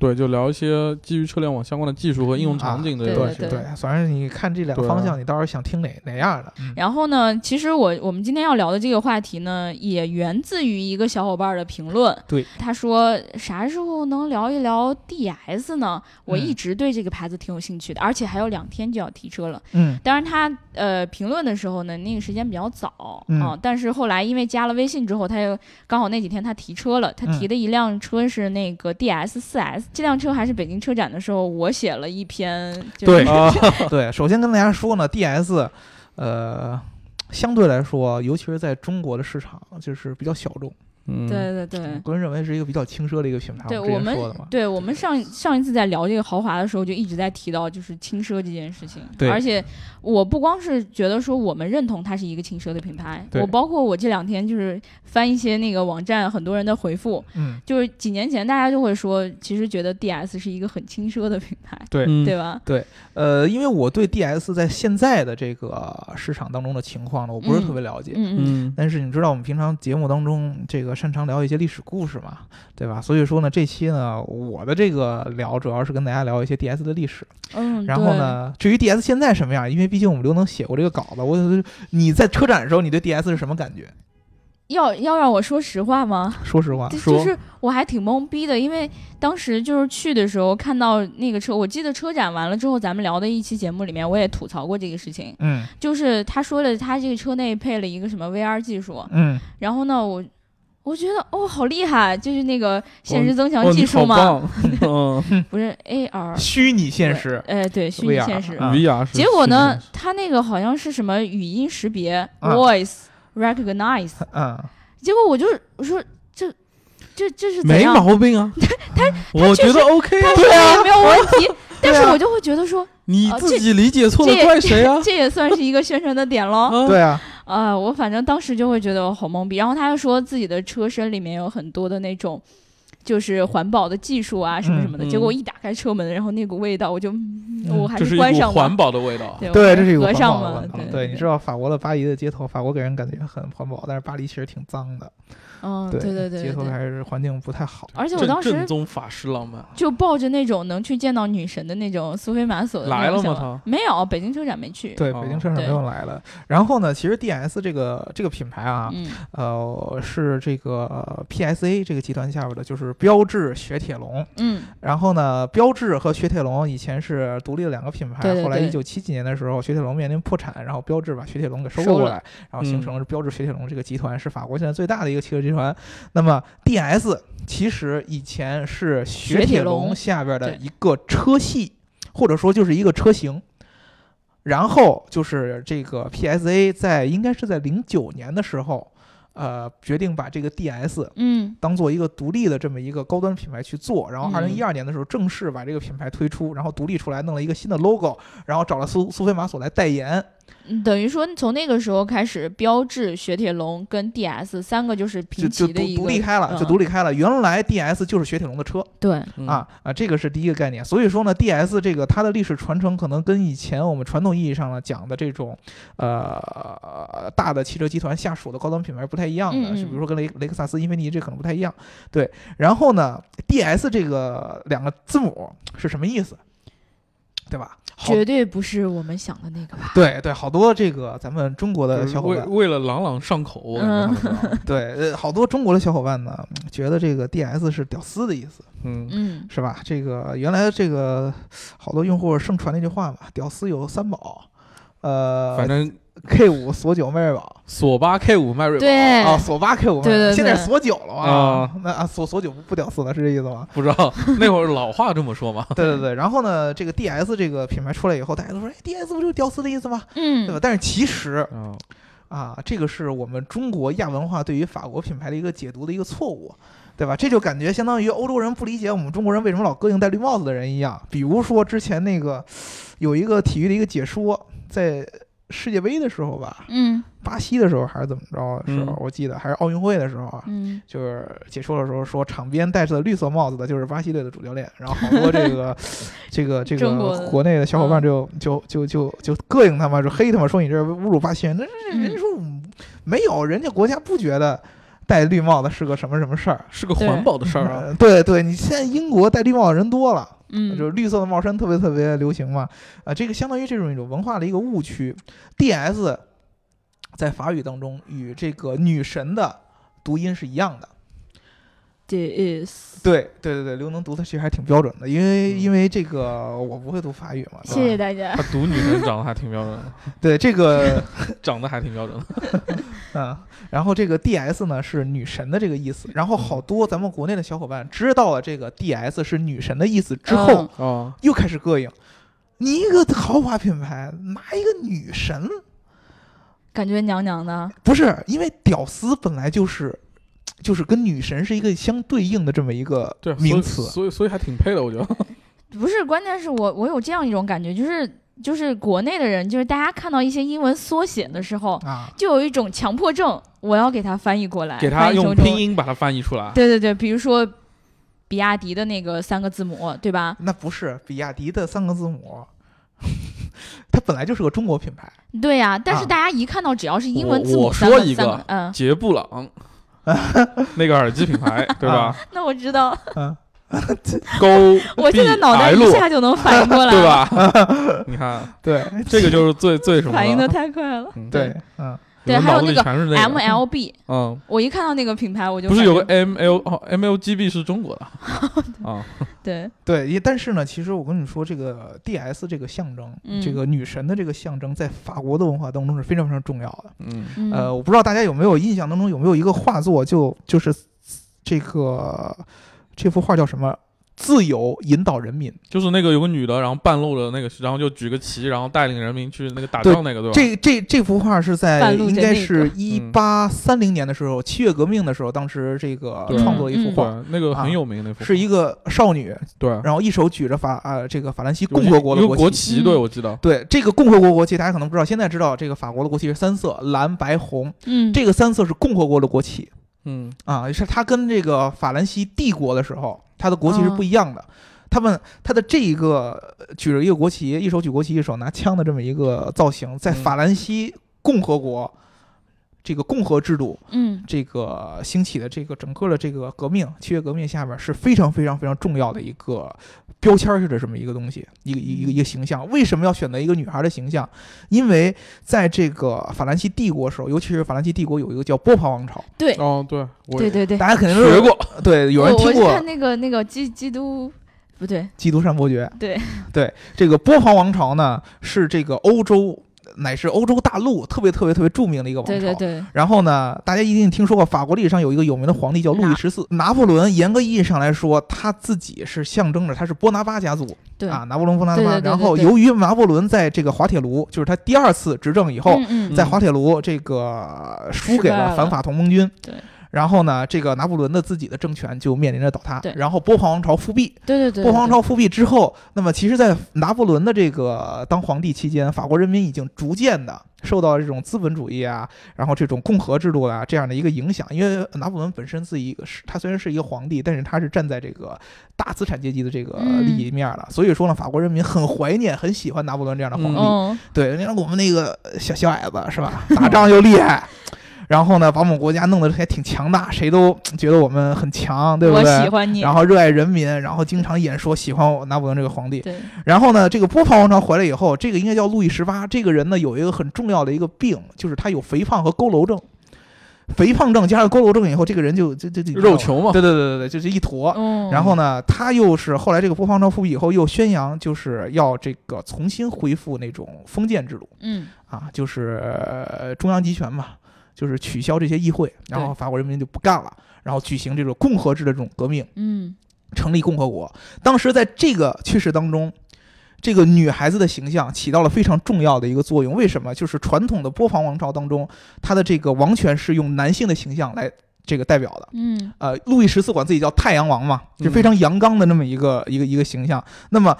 [SPEAKER 3] 对，就聊一些基于车联网相关的技术和应
[SPEAKER 2] 嗯
[SPEAKER 3] 用
[SPEAKER 2] 啊
[SPEAKER 3] 场景的
[SPEAKER 1] 对
[SPEAKER 3] 东
[SPEAKER 1] 对
[SPEAKER 3] 西。
[SPEAKER 1] 对
[SPEAKER 2] 对，反正你看这两个
[SPEAKER 3] 对
[SPEAKER 2] 方向，你到时候想听哪哪样的？嗯
[SPEAKER 1] 然后呢，其实我我们今天要聊的这个话题呢，也源自于一个小伙伴的评论。
[SPEAKER 2] 对，
[SPEAKER 1] 他说啥时候能聊一聊 DS 呢？我
[SPEAKER 2] 嗯
[SPEAKER 1] 一直对这个牌子挺有兴趣的，而且还有两天就要提车了。
[SPEAKER 2] 嗯
[SPEAKER 1] 当然他，呃评论的时候呢，那个时间比较早、
[SPEAKER 2] 嗯
[SPEAKER 1] 啊，但是后来因为加了微信之后，他又刚好那几天他提车了，他
[SPEAKER 2] 嗯
[SPEAKER 1] 提的一辆车是那个 DS 4 S，、这辆车还是北京车展的时候我写了一篇，就是
[SPEAKER 2] 对
[SPEAKER 3] 啊，
[SPEAKER 2] 对，首先跟大家说呢，DS，呃，相对来说，尤其是在中国的市场，就是比较小众。
[SPEAKER 3] 嗯，
[SPEAKER 1] 对对对
[SPEAKER 2] 我。个人认为是一个比较轻奢的一个品牌。
[SPEAKER 1] 对
[SPEAKER 2] 我之
[SPEAKER 1] 我
[SPEAKER 2] 前
[SPEAKER 1] 们
[SPEAKER 2] 说的嘛，
[SPEAKER 1] 对我们上上一次在聊这个豪华的时候，就一直在提到就是轻奢这件事情。
[SPEAKER 2] 对
[SPEAKER 1] 而且我不光是觉得说我们认同它是一个轻奢的品牌，
[SPEAKER 2] 对
[SPEAKER 1] 我包括我这两天就是翻一些那个网站，很多人的回复，
[SPEAKER 2] 嗯，
[SPEAKER 1] 就是几年前大家就会说，其实觉得 DS 是一个很轻奢的品牌，
[SPEAKER 2] 对
[SPEAKER 3] 嗯
[SPEAKER 1] 对吧？
[SPEAKER 2] 呃，因为我对 DS 在现在的这个市场当中的情况呢，我不是
[SPEAKER 1] 嗯
[SPEAKER 2] 特别了解。
[SPEAKER 1] 嗯嗯
[SPEAKER 3] 嗯，
[SPEAKER 2] 但是你知道，我们平常节目当中这个擅长聊一些历史故事嘛，对吧？所以说呢，这期呢，我的这个聊主要是跟大家聊一些 DS 的历史。
[SPEAKER 1] 嗯，
[SPEAKER 2] 然后呢，至于 DS 现在什么样，因为毕竟我们刘能写过这个稿子，我就是你在车展的时候，你对 DS 是什么感觉？
[SPEAKER 1] 对？要要让我说实话吗？
[SPEAKER 2] 说实话，
[SPEAKER 1] 对
[SPEAKER 2] 啊说
[SPEAKER 1] 就是我还挺懵逼的，因为当时就是去的时候看到那个车，我记得车展完了之后，咱们聊的一期节目里面，我也吐槽过这个事情，
[SPEAKER 2] 嗯
[SPEAKER 1] 就是他说了，他这个车内配了一个什么 VR 技术，
[SPEAKER 2] 嗯，
[SPEAKER 1] 然后呢，我我觉得哦，好厉害，就是那个现实增强
[SPEAKER 3] 哦，
[SPEAKER 1] 技
[SPEAKER 3] 你
[SPEAKER 1] 术
[SPEAKER 3] 好
[SPEAKER 1] 嘛，
[SPEAKER 3] 棒，嗯
[SPEAKER 1] 不是 AR，
[SPEAKER 2] 虚拟现实，
[SPEAKER 1] 哎、对，虚拟
[SPEAKER 2] VR
[SPEAKER 1] 现实。
[SPEAKER 2] 啊
[SPEAKER 3] ，VR 是
[SPEAKER 1] 结果呢
[SPEAKER 3] 是，
[SPEAKER 1] 他那个好像是什么语音识别、voice
[SPEAKER 3] 啊
[SPEAKER 1] recognize，
[SPEAKER 2] 嗯，
[SPEAKER 1] 结果我就我说这这这是
[SPEAKER 3] 是没
[SPEAKER 1] 怎样？
[SPEAKER 3] 毛 病啊，他我
[SPEAKER 1] 确实
[SPEAKER 3] 觉得 OK
[SPEAKER 1] 他
[SPEAKER 3] 啊，
[SPEAKER 1] 说也没有问题，但是我就会觉得说，
[SPEAKER 3] 你
[SPEAKER 1] 啊
[SPEAKER 3] 自
[SPEAKER 1] 这
[SPEAKER 3] 己理解错
[SPEAKER 1] 这
[SPEAKER 3] 了
[SPEAKER 1] 也
[SPEAKER 3] 怪谁啊？
[SPEAKER 1] 这也算是一个宣传的点喽。
[SPEAKER 3] 啊，
[SPEAKER 2] 对啊，
[SPEAKER 1] 啊，我反正当时就会觉得我好懵逼。然后他又说自己的车身里面有很多的那种。就是环保的技术啊，什么什么的。
[SPEAKER 3] 嗯
[SPEAKER 1] 结果一打开车门，然后那股味道，我就、嗯
[SPEAKER 2] 嗯
[SPEAKER 1] 我还
[SPEAKER 3] 这是一
[SPEAKER 1] 关
[SPEAKER 3] 股
[SPEAKER 1] 上吧
[SPEAKER 3] 环。保的味 道。
[SPEAKER 1] 对，
[SPEAKER 2] 对，
[SPEAKER 1] 我
[SPEAKER 2] 这是一个
[SPEAKER 1] 合
[SPEAKER 2] 环
[SPEAKER 1] 上
[SPEAKER 2] 保的
[SPEAKER 1] 嘛
[SPEAKER 2] 问。题。
[SPEAKER 1] 对，
[SPEAKER 2] 你知道法国的巴黎的街头，法国给人感觉很环保，但是巴黎其实挺脏的，
[SPEAKER 1] 嗯，对对对
[SPEAKER 2] 街头
[SPEAKER 1] 对
[SPEAKER 2] 还是环境不太好。
[SPEAKER 1] 而且我
[SPEAKER 3] 正
[SPEAKER 1] 当时
[SPEAKER 3] 正宗法式浪漫
[SPEAKER 1] 就抱着那种能去见到女神的那种苏菲玛索的那
[SPEAKER 3] 来
[SPEAKER 1] 种
[SPEAKER 3] 了吗
[SPEAKER 1] 想法没有，北京车展没去。
[SPEAKER 2] 对，
[SPEAKER 3] 哦
[SPEAKER 2] 北京车展没有来了。然后呢，其实 DS 这个这个品牌啊，
[SPEAKER 1] 嗯，
[SPEAKER 2] 呃，是这个呃 PSA 这个集团下边的，就是标致、雪铁龙。
[SPEAKER 1] 嗯
[SPEAKER 2] 然后呢，标致和雪铁龙以前是独立的两个品牌，
[SPEAKER 1] 对对
[SPEAKER 2] 后来
[SPEAKER 1] 对
[SPEAKER 2] 一九七几年的时候，雪铁龙面临破产，然后标致把雪铁龙给收
[SPEAKER 1] 收
[SPEAKER 2] 购过
[SPEAKER 1] 了
[SPEAKER 2] 来，然后形
[SPEAKER 3] 嗯
[SPEAKER 2] 成了标致雪铁龙这个集团，是法国现在最大的一个汽车集团。那么 DS 其实以前是
[SPEAKER 1] 雪
[SPEAKER 2] 雪
[SPEAKER 1] 铁
[SPEAKER 2] 铁
[SPEAKER 1] 龙
[SPEAKER 2] 龙下边的
[SPEAKER 1] 对
[SPEAKER 2] 一个车系，或者说就是一个车型。然后就是这个 PSA 在应该是在零九年的时候，呃，决定把这个 DS
[SPEAKER 1] 嗯
[SPEAKER 2] 当做一个独立的这么一个高端品牌去做，然后二
[SPEAKER 1] 嗯
[SPEAKER 2] 零一二年的时候正式把这个品牌推出，然后独立出来弄了一个新的 logo，然后找了苏苏菲玛索来代言，
[SPEAKER 1] 嗯，等于说从那个时候开始，标致、雪铁龙跟 DS 三个就是
[SPEAKER 2] 就
[SPEAKER 1] 平
[SPEAKER 2] 就
[SPEAKER 1] 齐的
[SPEAKER 2] 独
[SPEAKER 1] 一个嗯
[SPEAKER 2] 独立开了，就独立开了。原来 DS 就是雪铁龙的车
[SPEAKER 1] 对，
[SPEAKER 3] 嗯
[SPEAKER 2] 啊，啊，这个是第一个概念。所以说呢，DS 这个它的历史传承可能跟以前我们传统意义上呢讲的这种呃大的汽车集团下属的高端品牌不太一样
[SPEAKER 1] 嗯
[SPEAKER 2] 的，
[SPEAKER 1] 嗯
[SPEAKER 2] 是比如说跟雷雷克萨斯、英菲尼迪这可能不太一样。对，然后呢，DS 这个两个字母是什么意思？对吧？好
[SPEAKER 1] 绝对不是我们想的那个吧？
[SPEAKER 2] 对对，好多这个咱们中国的
[SPEAKER 3] 就是
[SPEAKER 2] 小伙
[SPEAKER 3] 为
[SPEAKER 2] 伴，
[SPEAKER 3] 为了朗朗上口，我
[SPEAKER 1] 嗯
[SPEAKER 3] 感 觉好像
[SPEAKER 2] 对，呃，好多中国的小伙伴呢，觉得这个 DS 是屌丝的意思，
[SPEAKER 3] 嗯，
[SPEAKER 1] 嗯，
[SPEAKER 2] 是吧？这个原来这个好多用户盛传那句话嘛，屌丝有三宝，呃，
[SPEAKER 3] 反正
[SPEAKER 2] K 五索九迈锐宝
[SPEAKER 3] 索八 K 五迈锐宝
[SPEAKER 1] 对
[SPEAKER 2] 啊，索八 K 五，
[SPEAKER 1] 哎对对对
[SPEAKER 2] 现在是索九了啊
[SPEAKER 3] 啊，
[SPEAKER 2] 那啊索索九不不屌丝了，是这意思 吗？
[SPEAKER 3] 不知道那会儿老话这么说嘛，
[SPEAKER 2] 对对对，然后呢，这个 DS 这个品牌出来以后，大家都说，哎，DS 不就是屌丝的意思吗？对吧
[SPEAKER 1] 嗯？
[SPEAKER 2] 但是其实
[SPEAKER 3] 嗯，
[SPEAKER 2] 啊，这个是我们中国亚文化对于法国品牌的一个解读的一个错误，对吧？这就感觉相当于欧洲人不理解我们中国人为什么老膈应戴绿帽子的人一样。比如说之前那个有一个体育的一个解说，在世界杯的时候吧，
[SPEAKER 1] 嗯
[SPEAKER 2] 巴西的时候还是怎么着的时候，
[SPEAKER 3] 嗯
[SPEAKER 2] 我记得还是奥运会的时候啊。
[SPEAKER 1] 嗯，
[SPEAKER 2] 就是解说的时候说，场边戴着绿色帽子的就是巴西队的主教练，然后好多 这个这个这
[SPEAKER 1] 中国
[SPEAKER 2] 个
[SPEAKER 1] 的嗯
[SPEAKER 2] 国内的小伙伴就就就就就膈应他嘛，就黑他嘛，说你这侮辱巴西人，那
[SPEAKER 1] 嗯
[SPEAKER 2] 人家说我们没有，人家国家不觉得戴绿帽子是个什么什么事儿。
[SPEAKER 3] 是个环保的事儿啊，
[SPEAKER 2] 呃对对，你现在英国戴绿帽的人多了，
[SPEAKER 1] 嗯，
[SPEAKER 2] 就是绿色的帽衫特别特别流行嘛。啊、这个相当于这种一种文化的一个误区。DS 在法语当中与这个女神的读音是一样的。
[SPEAKER 1] DS。
[SPEAKER 2] 对对对对，刘能读的其实还挺标准的，因为、
[SPEAKER 3] 嗯
[SPEAKER 2] 因为这个我不会读法语嘛。对吧
[SPEAKER 1] 谢谢大家。
[SPEAKER 2] 嗯
[SPEAKER 3] 他读女神长得还挺标准的，
[SPEAKER 2] 对这个，
[SPEAKER 3] 长得还挺标准的，
[SPEAKER 2] 嗯，然后这个 DS 呢是女神的这个意思，然后
[SPEAKER 3] 嗯
[SPEAKER 2] 好多咱们国内的小伙伴知道了这个 DS 是女神的意思之后，
[SPEAKER 1] 嗯
[SPEAKER 3] 啊，
[SPEAKER 2] 又开始膈应。你一个豪华品牌拿一个女神，
[SPEAKER 1] 感觉娘娘的，
[SPEAKER 2] 不是因为屌丝本来就是，就是跟女神是一个相对应的这么一个
[SPEAKER 3] 对，所以
[SPEAKER 2] 名词。
[SPEAKER 3] 所以所以还挺配的，我觉得，
[SPEAKER 1] 不是，关键是我我有这样一种感觉，就是就是国内的人，就是大家看到一些英文缩写的时候，
[SPEAKER 2] 啊，
[SPEAKER 1] 就有一种强迫症，我要给它翻译过来，
[SPEAKER 3] 给他
[SPEAKER 1] 哎翻译
[SPEAKER 3] 用
[SPEAKER 1] 成中
[SPEAKER 3] 拼音把它翻译出来，
[SPEAKER 1] 对对对，比如说比亚迪的那个三个字母，对吧？
[SPEAKER 2] 那不是比亚迪的三个字母，它本来就是个中国品牌。
[SPEAKER 1] 对呀、但是
[SPEAKER 2] 啊
[SPEAKER 1] 大家一看到只要是英文
[SPEAKER 3] 我
[SPEAKER 1] 字母
[SPEAKER 3] 我
[SPEAKER 1] 三个
[SPEAKER 3] 说一
[SPEAKER 1] 三
[SPEAKER 3] 个
[SPEAKER 1] 个，嗯
[SPEAKER 3] 杰布朗，那个耳机品牌，对吧
[SPEAKER 1] 那我知 道，
[SPEAKER 2] 嗯
[SPEAKER 3] 勾
[SPEAKER 1] 啊 我现在脑袋一
[SPEAKER 3] BL
[SPEAKER 1] 下就能反应过来
[SPEAKER 3] 对
[SPEAKER 1] 了，
[SPEAKER 3] 吧？你看，
[SPEAKER 2] 对
[SPEAKER 3] 这个就是最最 什么
[SPEAKER 1] 反应的
[SPEAKER 3] 了？
[SPEAKER 1] 太快了。
[SPEAKER 3] 嗯，
[SPEAKER 2] 对，嗯，
[SPEAKER 3] 你
[SPEAKER 1] 对
[SPEAKER 3] 们
[SPEAKER 1] 还有
[SPEAKER 3] 脑子里
[SPEAKER 1] 那个
[SPEAKER 3] 全是 那
[SPEAKER 1] MLB，
[SPEAKER 3] 嗯，
[SPEAKER 1] 我一看到那个品牌我就
[SPEAKER 3] 不是有个
[SPEAKER 1] 反
[SPEAKER 3] M L 哦 M L G B 是中 国的啊？
[SPEAKER 1] 应对，
[SPEAKER 2] 对，也但是呢，其实我跟你说，这个 D S 这个象征，
[SPEAKER 1] 嗯
[SPEAKER 2] 这个女神的这个象征，在法国的文化当中是非常非常重要的。
[SPEAKER 3] 嗯，
[SPEAKER 1] 嗯
[SPEAKER 2] 呃，我不知道大家有没有印象当中有没有一个画作，就就是这个这幅画叫什么？自由引导人民，
[SPEAKER 3] 就是那个有个女的，然后半露着那个，然后就举个旗，然后带领人民去那个打
[SPEAKER 2] 对
[SPEAKER 3] 仗那个，对吧？
[SPEAKER 2] 这这这幅画是在
[SPEAKER 1] 半路
[SPEAKER 2] 应
[SPEAKER 1] 的
[SPEAKER 2] 该
[SPEAKER 1] 那
[SPEAKER 2] 是
[SPEAKER 1] 个
[SPEAKER 2] 一八三零年的时候，七月革命的时候，当时这个
[SPEAKER 3] 对
[SPEAKER 2] 创作了一幅
[SPEAKER 1] 嗯
[SPEAKER 2] 画，
[SPEAKER 3] 对，那个
[SPEAKER 2] 啊
[SPEAKER 3] 很有名那幅，
[SPEAKER 2] 是一个少女，
[SPEAKER 3] 对
[SPEAKER 2] 然后一手举着法啊这个法兰西
[SPEAKER 3] 有一
[SPEAKER 2] 共和国的
[SPEAKER 3] 有一个
[SPEAKER 2] 国
[SPEAKER 3] 国
[SPEAKER 2] 旗。
[SPEAKER 1] 嗯
[SPEAKER 3] 旗，对我记得，
[SPEAKER 2] 对这个共和国国旗，大家可能不知道，现在知道这个法国的国旗是三色，蓝、白、红。
[SPEAKER 1] 嗯
[SPEAKER 2] 这个三色是共和国的国旗
[SPEAKER 3] 嗯，
[SPEAKER 2] 啊，是它跟这个法兰西帝国的时候，它的国旗是不一样的。他们他的这一个呃举着一个国旗，一手举国旗，一手拿枪的这么一个造型，在
[SPEAKER 3] 嗯
[SPEAKER 2] 法兰西共和国这个共和制度
[SPEAKER 1] 嗯
[SPEAKER 2] 这个兴起的这个整个的这个革命，七月革命下边是非常非常非常重要的一个标签儿式的这么一个东西，一个一个一个形象。为什么要选择一个女孩的形象？因为在这个法兰西帝国时候，尤其是法兰西帝国有一个叫波旁王朝，
[SPEAKER 3] 哦，对，我
[SPEAKER 1] 对对对，
[SPEAKER 2] 大家肯定都
[SPEAKER 3] 学过，
[SPEAKER 2] 对，有
[SPEAKER 1] 哎
[SPEAKER 2] 人
[SPEAKER 1] 我
[SPEAKER 2] 听
[SPEAKER 1] 我是
[SPEAKER 2] 过
[SPEAKER 1] 看那个那个基基督不对，
[SPEAKER 2] 基督山伯爵。
[SPEAKER 1] 对
[SPEAKER 2] 对，这个波旁王朝呢是这个欧洲乃至欧洲大陆特别特别特别著名的一个王朝。
[SPEAKER 1] 对对对，
[SPEAKER 2] 然后呢，大家一定听说过法国历史上有一个有名的皇帝叫路易
[SPEAKER 1] 拿
[SPEAKER 2] 十四，拿破仑。严格意义上来说，他自己是象征着他是波拿巴家族
[SPEAKER 1] 对嗯
[SPEAKER 2] 啊，拿破仑波拿巴。
[SPEAKER 1] 对对对对
[SPEAKER 2] 然后，
[SPEAKER 1] 对
[SPEAKER 2] 由于拿破仑在这个滑铁卢，就是他第二次执政以后，
[SPEAKER 1] 嗯嗯
[SPEAKER 2] 在滑铁卢这个输给
[SPEAKER 1] 失败了
[SPEAKER 2] 反法同盟军。
[SPEAKER 1] 嗯对
[SPEAKER 2] 然后呢，这个拿破仑的自己的政权就面临着倒塌
[SPEAKER 1] 对。
[SPEAKER 2] 然后波旁王朝复辟，
[SPEAKER 1] 对对对，
[SPEAKER 2] 波旁王
[SPEAKER 1] 对
[SPEAKER 2] 朝复辟之后，那么其实，在拿破仑的这个当皇帝期间，法国人民已经逐渐的受到这种资本主义啊，然后这种共和制度啊这样的一个影响。因为拿破仑本身自己是，他虽然是一个皇帝，但是他是站在这个大资产阶级的这个
[SPEAKER 1] 嗯
[SPEAKER 2] 利益面的，所以说呢，法国人民很怀念、很喜欢拿破仑这样的皇帝。
[SPEAKER 3] 嗯
[SPEAKER 1] 嗯
[SPEAKER 2] 对，你看我们那个小小矮子是吧，打仗又厉害。 然后呢，把我们国家弄得还挺强大，谁都觉得我们很强，对不
[SPEAKER 1] 我
[SPEAKER 2] 对？
[SPEAKER 1] 喜欢你，
[SPEAKER 2] 然后热爱人民，然后经常演说喜欢我拿破仑这个皇帝。
[SPEAKER 1] 对
[SPEAKER 2] 然后呢，这个波旁王朝回来以后，这个应该叫路易十八。这个人呢，有一个很重要的一个病，就是他有肥胖和佝偻症。肥胖症加上佝偻症以后，这个人就就就就
[SPEAKER 3] 肉，球嘛，
[SPEAKER 2] 对对对对对，就是一坨。
[SPEAKER 1] 嗯，
[SPEAKER 2] 哦然后呢，他又是后来这个波旁朝复辟以后，又宣扬就是要这个重新恢复那种封建制度
[SPEAKER 1] 嗯
[SPEAKER 2] 啊，就是、呃中央集权嘛，就是取消这些议会，然后法国人民就不干了，然后举行这种共和制的这种革命。
[SPEAKER 1] 嗯
[SPEAKER 2] 成立共和国。当时在这个趋势当中，这个女孩子的形象起到了非常重要的一个作用。为什么？就是传统的波旁王朝当中，它的这个王权是用男性的形象来这个代表的。
[SPEAKER 1] 嗯
[SPEAKER 2] 呃，路易十四管自己叫太阳王嘛，就非常阳刚的那么一个、一个一个形象。那么，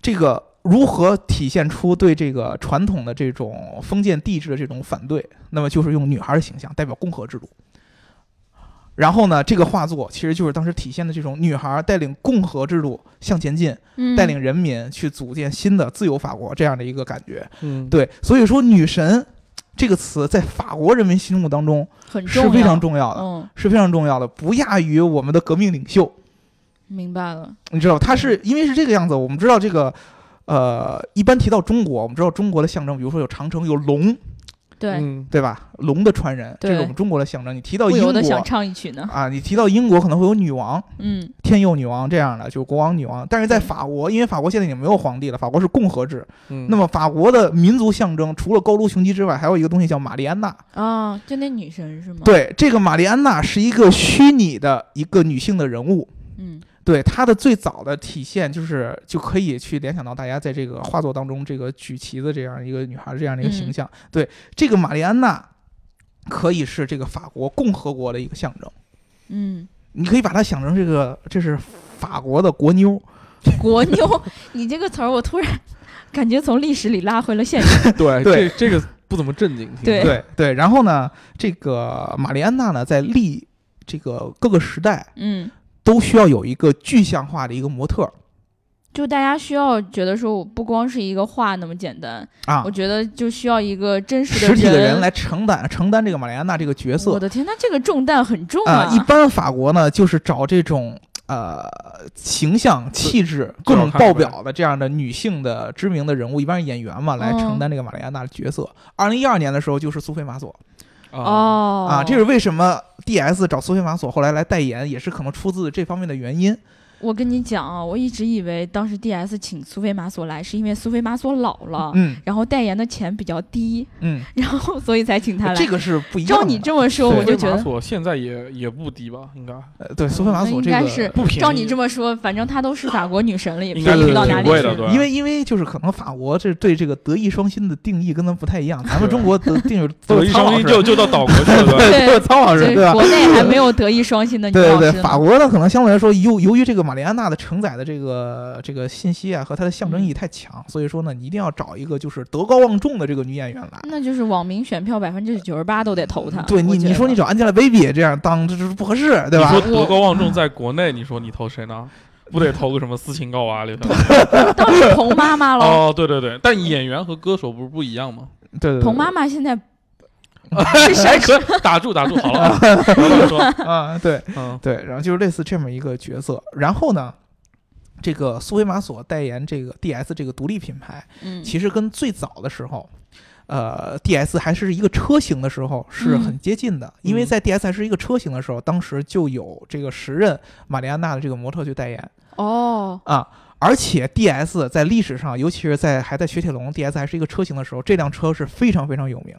[SPEAKER 2] 这个如何体现出对这个传统的这种封建帝制的这种反对？那么就是用女孩的形象代表共和制度。然后呢，这个画作其实就是当时体现的这种女孩带领共和制度向前进，
[SPEAKER 1] 嗯，
[SPEAKER 2] 带领人民去组建新的自由法国这样的一个感觉。
[SPEAKER 3] 嗯，
[SPEAKER 2] 对，所以说“女神”这个词在法国人民心目当中
[SPEAKER 1] 很重
[SPEAKER 2] 是非
[SPEAKER 1] 要
[SPEAKER 2] 常重要的。
[SPEAKER 1] 嗯，
[SPEAKER 2] 是非常重要的，不亚于我们的革命领袖。
[SPEAKER 1] 明白了，
[SPEAKER 2] 你知道，他是因为是这个样子。我们知道这个，呃，一般提到中国，我们知道中国的象征，比如说有长城，有龙，
[SPEAKER 1] 对，
[SPEAKER 3] 嗯，
[SPEAKER 2] 对吧？龙的传人，这
[SPEAKER 1] 对
[SPEAKER 2] 是我们中国的象征。你提到
[SPEAKER 1] 不
[SPEAKER 2] 英
[SPEAKER 1] 由得想
[SPEAKER 2] 国
[SPEAKER 1] 唱一曲呢，
[SPEAKER 2] 啊，你提到英国可能会有女王、
[SPEAKER 1] 嗯
[SPEAKER 2] 天佑女王这样的，就是国王、女王。但是在
[SPEAKER 1] 对
[SPEAKER 2] 法国，因为法国现在已经没有皇帝了，法国是共和制。
[SPEAKER 3] 嗯
[SPEAKER 2] 那么法国的民族象征除了高卢雄鸡之外，还有一个东西叫玛丽安娜。
[SPEAKER 1] 啊，就那女神是吗？，
[SPEAKER 2] 对，这个玛丽安娜是一个虚拟的一个女性的人物。
[SPEAKER 1] 嗯
[SPEAKER 2] 对它的最早的体现就是就可以去联想到大家在这个画作当中这个举旗子这样一个女孩这样的一
[SPEAKER 1] 嗯
[SPEAKER 2] 个形象。对这个玛丽安娜，可以是这个法国共和国的一个象征，
[SPEAKER 1] 嗯，
[SPEAKER 2] 你可以把它想成这个这是法国的国妞。
[SPEAKER 1] 国 妞，你这个词儿我突然 感觉从历史里拉回了现实，
[SPEAKER 3] 对
[SPEAKER 2] 对
[SPEAKER 3] 这这个不怎么正经，听
[SPEAKER 1] 对
[SPEAKER 3] 着
[SPEAKER 2] 对对，然后呢，这个玛丽安娜呢，在历这个各个时代
[SPEAKER 1] 嗯，
[SPEAKER 2] 都需要有一个具象化的一个模特儿。
[SPEAKER 1] 就大家需要觉得说，我不光是一个话那么简单，
[SPEAKER 2] 啊
[SPEAKER 1] 我，觉得就需要一个真实
[SPEAKER 2] 实体
[SPEAKER 1] 人
[SPEAKER 2] 的人来承担承担这个马丽安娜这个角色
[SPEAKER 1] 我的天，那这个重担很重
[SPEAKER 2] 啊、一般法国呢，就是找这种呃形象、气质各种爆表的这样的女性的知名的人物，一般是演员嘛，
[SPEAKER 1] 嗯
[SPEAKER 2] 来承担这个玛丽安娜的角色。二零一二年的时候，就是苏菲玛索
[SPEAKER 3] 啊，
[SPEAKER 1] 哦
[SPEAKER 2] 啊，这是为什么 DS 找苏菲玛索后来来代言，也是可能出自这方面的原因。
[SPEAKER 1] 我跟你讲啊，我一直以为当时 DS 请苏菲玛索来是因为苏菲玛索老了，
[SPEAKER 2] 嗯
[SPEAKER 1] 然后代言的钱比较低，
[SPEAKER 2] 嗯，
[SPEAKER 1] 然后所以才请她来。
[SPEAKER 2] 这个是不一样
[SPEAKER 1] 照
[SPEAKER 2] 的。
[SPEAKER 1] 你这么说，
[SPEAKER 2] 对
[SPEAKER 1] 我就觉得，
[SPEAKER 3] 索现在也也不低吧，应该
[SPEAKER 2] 呃对苏菲玛索这
[SPEAKER 1] 嗯那应
[SPEAKER 2] 个
[SPEAKER 1] 该是
[SPEAKER 3] 不便宜。
[SPEAKER 1] 照你这么说，反正她都是法国女神了，也
[SPEAKER 3] 应
[SPEAKER 1] 便
[SPEAKER 3] 该
[SPEAKER 1] 宜
[SPEAKER 3] 是
[SPEAKER 1] 不到哪
[SPEAKER 3] 挺
[SPEAKER 1] 里
[SPEAKER 3] 贵的，
[SPEAKER 1] 去。
[SPEAKER 3] 对，
[SPEAKER 2] 因为因为就是可能法国这对这个德艺双馨的定义跟咱们不太一样，咱们中国的定义都
[SPEAKER 3] 德
[SPEAKER 2] 是
[SPEAKER 3] 艺
[SPEAKER 2] 苍
[SPEAKER 3] 双
[SPEAKER 2] 老
[SPEAKER 3] 馨
[SPEAKER 2] 师
[SPEAKER 3] 就就到岛国去了，对吧
[SPEAKER 2] 都是苍老师
[SPEAKER 1] 所以
[SPEAKER 2] 啊对吧？
[SPEAKER 1] 国内还没有德艺双馨的女
[SPEAKER 2] 对
[SPEAKER 1] 老师
[SPEAKER 2] 对
[SPEAKER 1] 呢。
[SPEAKER 2] 对，法国呢可能相对来说，由由于这个玛丽安娜的承载的这个这个信息啊和它的象
[SPEAKER 1] 嗯
[SPEAKER 2] 征意义太强，所以说呢，你一定要找一个就是德高望重的这个女演员来。
[SPEAKER 1] 那就是网民选票百分之九十八都得投她。
[SPEAKER 2] 对你，
[SPEAKER 1] 嗯我觉得
[SPEAKER 2] 你说你找 Angelababy 这样当，这这不合适，对吧
[SPEAKER 3] 你？说德高望重在国内，你说你投谁呢？不得投个什么斯琴高啊娃、刘晓庆？
[SPEAKER 1] 当 时彭妈妈喽，
[SPEAKER 3] 哦，对对对，但演员和歌手不是不一样吗？
[SPEAKER 2] 对对对，
[SPEAKER 1] 彭妈妈现在
[SPEAKER 3] 哎，可以打住打住，好 了，啊，不要乱说，
[SPEAKER 2] 啊，对
[SPEAKER 3] 嗯，
[SPEAKER 2] 对，然后就是类似这么一个角色。然后呢，这个苏菲玛索代言这个 DS 这个独立品牌，
[SPEAKER 1] 嗯，
[SPEAKER 2] 其实跟最早的时候，呃，DS 还是一个车型的时候是
[SPEAKER 1] 嗯
[SPEAKER 2] 很接近的，因为在 DS 还是一个车型的时候，当时就有这个时任玛丽安娜的这个模特去代言
[SPEAKER 1] 哦，
[SPEAKER 2] 啊。而且 DS 在历史上，尤其是在还在雪铁龙 DS 还是一个车型的时候，这辆车是非常非常有名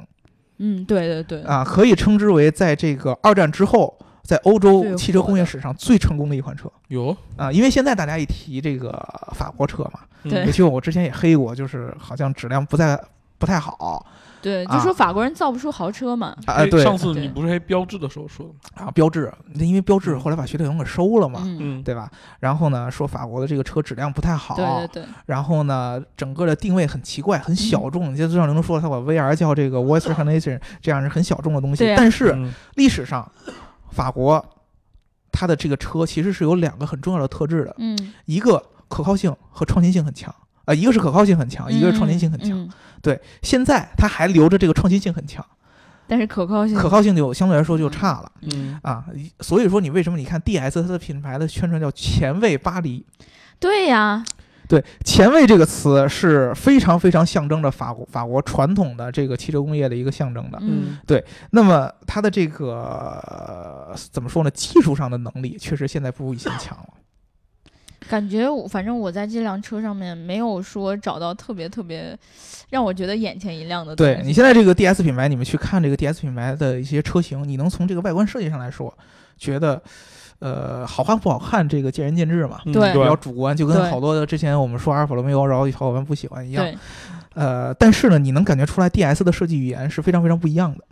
[SPEAKER 1] 嗯，对对对，
[SPEAKER 2] 啊，可以称之为在这个二战之后，在
[SPEAKER 1] 最
[SPEAKER 2] 欧洲
[SPEAKER 1] 火
[SPEAKER 2] 汽车工业
[SPEAKER 1] 的
[SPEAKER 2] 史上最成功的一款车
[SPEAKER 3] 有，
[SPEAKER 2] 啊。因为现在大家一提这个法国车嘛，
[SPEAKER 3] 嗯
[SPEAKER 1] 对
[SPEAKER 2] 尤其我之前也黑过，就是好像质量不太不太好
[SPEAKER 1] 对，就
[SPEAKER 2] 啊
[SPEAKER 1] 说法国人造不出豪车嘛。
[SPEAKER 2] 啊。对，
[SPEAKER 3] 哎上次
[SPEAKER 1] 哎对
[SPEAKER 3] 你不是还标志的时候说的吗？
[SPEAKER 2] 啊，标志，因为标志后来把雪铁龙给收了嘛，
[SPEAKER 1] 嗯，
[SPEAKER 3] 嗯，
[SPEAKER 2] 对吧？然后呢，说法国的这个车质量不太好，
[SPEAKER 1] 对对对，
[SPEAKER 2] 然后呢，整个的定位很奇怪，很小
[SPEAKER 1] 嗯
[SPEAKER 2] 众。就像刘能说，他把 VR 叫这个 voice recognition，这样是很小众的东西。
[SPEAKER 1] 对啊
[SPEAKER 2] 但是
[SPEAKER 3] 嗯
[SPEAKER 2] 历史上，法国它的这个车其实是有两个很重要的特质的，
[SPEAKER 1] 嗯，
[SPEAKER 2] 一个可靠性和创新性很强。啊，一个是可靠性很强，一个是创新性很强。
[SPEAKER 1] 嗯，嗯
[SPEAKER 2] 现在它还留着这个创新性很强，
[SPEAKER 1] 但是可靠性
[SPEAKER 2] 可靠性就相对来说就差了。
[SPEAKER 3] 嗯，
[SPEAKER 2] 啊，一所以说你为什么你看 DS 它的品牌的宣传叫“前卫巴黎
[SPEAKER 1] 对
[SPEAKER 2] 啊
[SPEAKER 1] 呀，”？
[SPEAKER 2] 对，“前卫”这个词是非常非常象征着法国法国传统的这个汽车工业的一个象征的。
[SPEAKER 1] 嗯，
[SPEAKER 2] 那么它的这个呃怎么说呢？技术上的能力确实现在不如以前强了。
[SPEAKER 1] 感觉我反正我在这辆车上面没有说找到特别特别让我觉得眼前一亮的东西。
[SPEAKER 2] 对你现在这个 DS 品牌，你们去看这个 DS 品牌的一些车型，你能从这个外观设计上来说，觉得呃好看不好看，这个见仁见智嘛。
[SPEAKER 3] 嗯
[SPEAKER 1] 对
[SPEAKER 2] 比较主观，就跟
[SPEAKER 1] 对
[SPEAKER 2] 好多的之前我们说阿尔法罗密欧，然后小伙伴不喜欢一样。
[SPEAKER 1] 对
[SPEAKER 2] 呃，但是呢，你能感觉出来 DS 的设计语言是非常非常不一样的。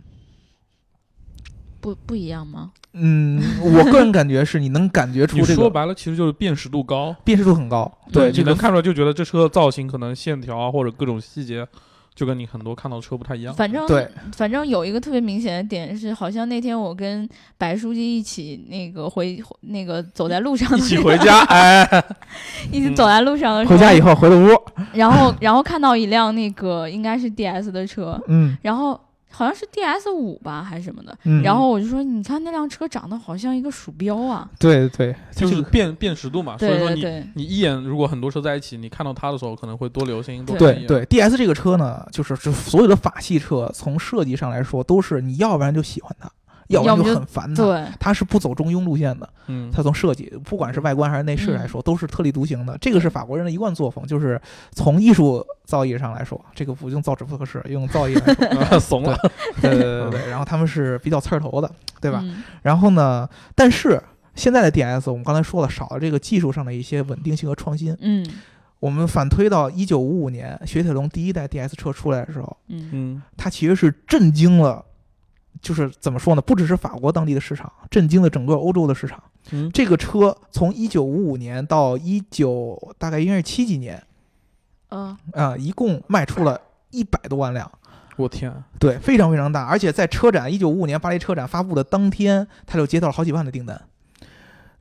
[SPEAKER 1] 不不一样吗？
[SPEAKER 2] 嗯，我个人感觉是你能感觉出
[SPEAKER 3] 你
[SPEAKER 2] 这
[SPEAKER 3] 说
[SPEAKER 2] 个
[SPEAKER 3] 白了，其实就是辨识度高，
[SPEAKER 2] 辨识度很高。
[SPEAKER 1] 对
[SPEAKER 2] 对，
[SPEAKER 3] 你
[SPEAKER 2] 这个
[SPEAKER 3] 能看出来就觉得这车造型可能线条啊或者各种细节，就跟你很多看到的车不太一样。
[SPEAKER 1] 反正
[SPEAKER 2] 对
[SPEAKER 1] 反正有一个特别明显的点是，好像那天我跟白书记一起那个回回那个走在路上的
[SPEAKER 3] 一
[SPEAKER 1] 时
[SPEAKER 3] 起
[SPEAKER 1] 候，
[SPEAKER 3] 回家，哎，
[SPEAKER 1] 一起走在路上的时候，
[SPEAKER 2] 回家以后回了屋，
[SPEAKER 1] 然后然后看到一辆那个应该是 DS 的车，
[SPEAKER 2] 嗯
[SPEAKER 1] 然后好像是 DS 五吧还是什么的，
[SPEAKER 2] 嗯，
[SPEAKER 1] 然后我就说你看那辆车长得好像一个鼠标啊，
[SPEAKER 2] 对对，它
[SPEAKER 3] 就
[SPEAKER 2] 这
[SPEAKER 3] 是
[SPEAKER 2] 个
[SPEAKER 3] 辨辨识
[SPEAKER 2] 啊
[SPEAKER 3] 度嘛。所
[SPEAKER 1] 对
[SPEAKER 3] 以说
[SPEAKER 1] 对
[SPEAKER 3] 你
[SPEAKER 1] 对，
[SPEAKER 3] 你一眼如果很多车在一起，你看到它的时候可能会多留心，多看一
[SPEAKER 2] 对对
[SPEAKER 3] 眼。
[SPEAKER 2] DS 这个车呢，就是就所有的法系车从设计上来说都是你要不然就喜欢它，要不
[SPEAKER 1] 要
[SPEAKER 2] 然
[SPEAKER 1] 不
[SPEAKER 2] 就
[SPEAKER 1] 就
[SPEAKER 2] 很烦它。
[SPEAKER 1] 对，
[SPEAKER 2] 它是不走中庸路线的，
[SPEAKER 3] 嗯，
[SPEAKER 2] 它从设计，不管是外观还是内饰来说，都是特立独行的。这个是法国人的一贯作风，就是从艺术造诣上来说，这个不用造纸不合适，用造诣来说，
[SPEAKER 3] 啊怂了，嗯
[SPEAKER 2] 对对对对对，然后他们是比较刺儿头的，对吧？
[SPEAKER 1] 嗯
[SPEAKER 2] 然后呢，但是现在的 DS，我们刚才说了，少了这个技术上的一些稳定性和创新。
[SPEAKER 1] 嗯
[SPEAKER 2] 我们反推到一九五五年雪铁龙第一代 DS 车出来的时候，
[SPEAKER 1] 嗯
[SPEAKER 3] 嗯，
[SPEAKER 2] 它其实是震惊了，就是怎么说呢？不只是法国当地的市场，震惊了整个欧洲的市场。
[SPEAKER 3] 嗯
[SPEAKER 2] 这个车从一九五五年到一九大概应该是七几年
[SPEAKER 1] 嗯
[SPEAKER 2] 啊、一共卖出了一百多万辆。
[SPEAKER 3] 我天，啊
[SPEAKER 2] 对，非常非常大，而且在车展一九五五年巴黎车展发布的当天，他就接到了好几万的订单。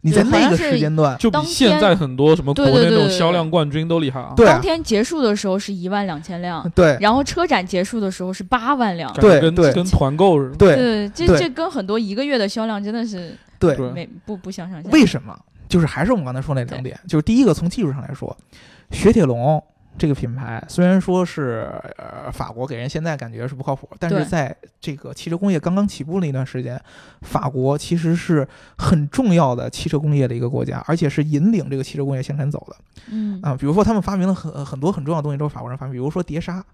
[SPEAKER 2] 你在
[SPEAKER 1] 对好
[SPEAKER 2] 那
[SPEAKER 1] 像
[SPEAKER 2] 个
[SPEAKER 1] 是
[SPEAKER 2] 时间段，
[SPEAKER 3] 就比
[SPEAKER 1] 当
[SPEAKER 3] 现在
[SPEAKER 1] 天
[SPEAKER 3] 很多什么国
[SPEAKER 1] 对对
[SPEAKER 3] 内
[SPEAKER 1] 对
[SPEAKER 3] 那种
[SPEAKER 1] 对
[SPEAKER 3] 销
[SPEAKER 1] 对
[SPEAKER 3] 量冠军都厉害啊，
[SPEAKER 2] 对啊
[SPEAKER 1] 当天结束的时候是一万两千辆，
[SPEAKER 2] 对
[SPEAKER 1] 然后车展结束的时候是八万辆。
[SPEAKER 3] 感觉
[SPEAKER 2] 对
[SPEAKER 3] 跟
[SPEAKER 2] 对
[SPEAKER 3] 跟团购似的。
[SPEAKER 2] 对
[SPEAKER 1] 对，这
[SPEAKER 2] 对
[SPEAKER 1] 这跟很多一个月的销量真的是
[SPEAKER 2] 对
[SPEAKER 3] 对
[SPEAKER 1] 没不不相上下。
[SPEAKER 2] 为什么？就是还是我们刚才说那两点，就是第一个从技术上来说，雪铁龙这个品牌虽然说是呃法国给人现在感觉是不靠谱，但是
[SPEAKER 1] 对
[SPEAKER 2] 在这个汽车工业刚刚起步那段时间，法国其实是很重要的汽车工业的一个国家，而且是引领这个汽车工业向前走的。
[SPEAKER 1] 嗯
[SPEAKER 2] 啊、比如说他们发明了很很多很重要的东西，都是法国人发明，比如说碟刹，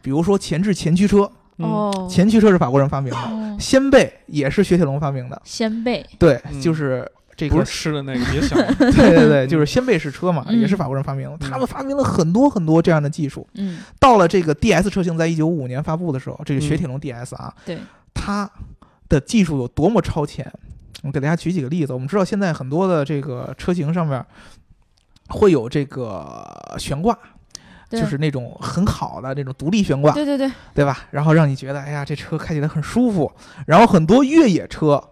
[SPEAKER 2] 比如说前置前驱车，
[SPEAKER 3] 嗯，
[SPEAKER 1] 哦，
[SPEAKER 2] 前驱车是法国人发明的，
[SPEAKER 1] 哦
[SPEAKER 2] 掀背也是雪铁龙发明的，
[SPEAKER 1] 先辈，
[SPEAKER 2] 对，
[SPEAKER 3] 嗯
[SPEAKER 2] 就是这
[SPEAKER 3] 不
[SPEAKER 2] 个
[SPEAKER 3] 是吃的那个，别想了。
[SPEAKER 2] 对对对，
[SPEAKER 3] 嗯
[SPEAKER 2] 就是掀背式车嘛，
[SPEAKER 1] 嗯
[SPEAKER 2] 也是法国人发明的。
[SPEAKER 3] 嗯
[SPEAKER 2] 他们发明了很多很多这样的技术。
[SPEAKER 1] 嗯，
[SPEAKER 2] 到了这个 DS 车型在一九五五年发布的时候，这个
[SPEAKER 3] 嗯
[SPEAKER 2] 雪铁龙 DS 啊，
[SPEAKER 1] 对，
[SPEAKER 2] 它的技术有多么超前？我给大家举几个例子。我们知道现在很多的这个车型上面会有这个悬挂，
[SPEAKER 1] 对
[SPEAKER 2] 就是那种很好的那种独立悬挂，
[SPEAKER 1] 对对对，
[SPEAKER 2] 对吧？然后让你觉得，哎呀，这车开起来很舒服。然后很多越野车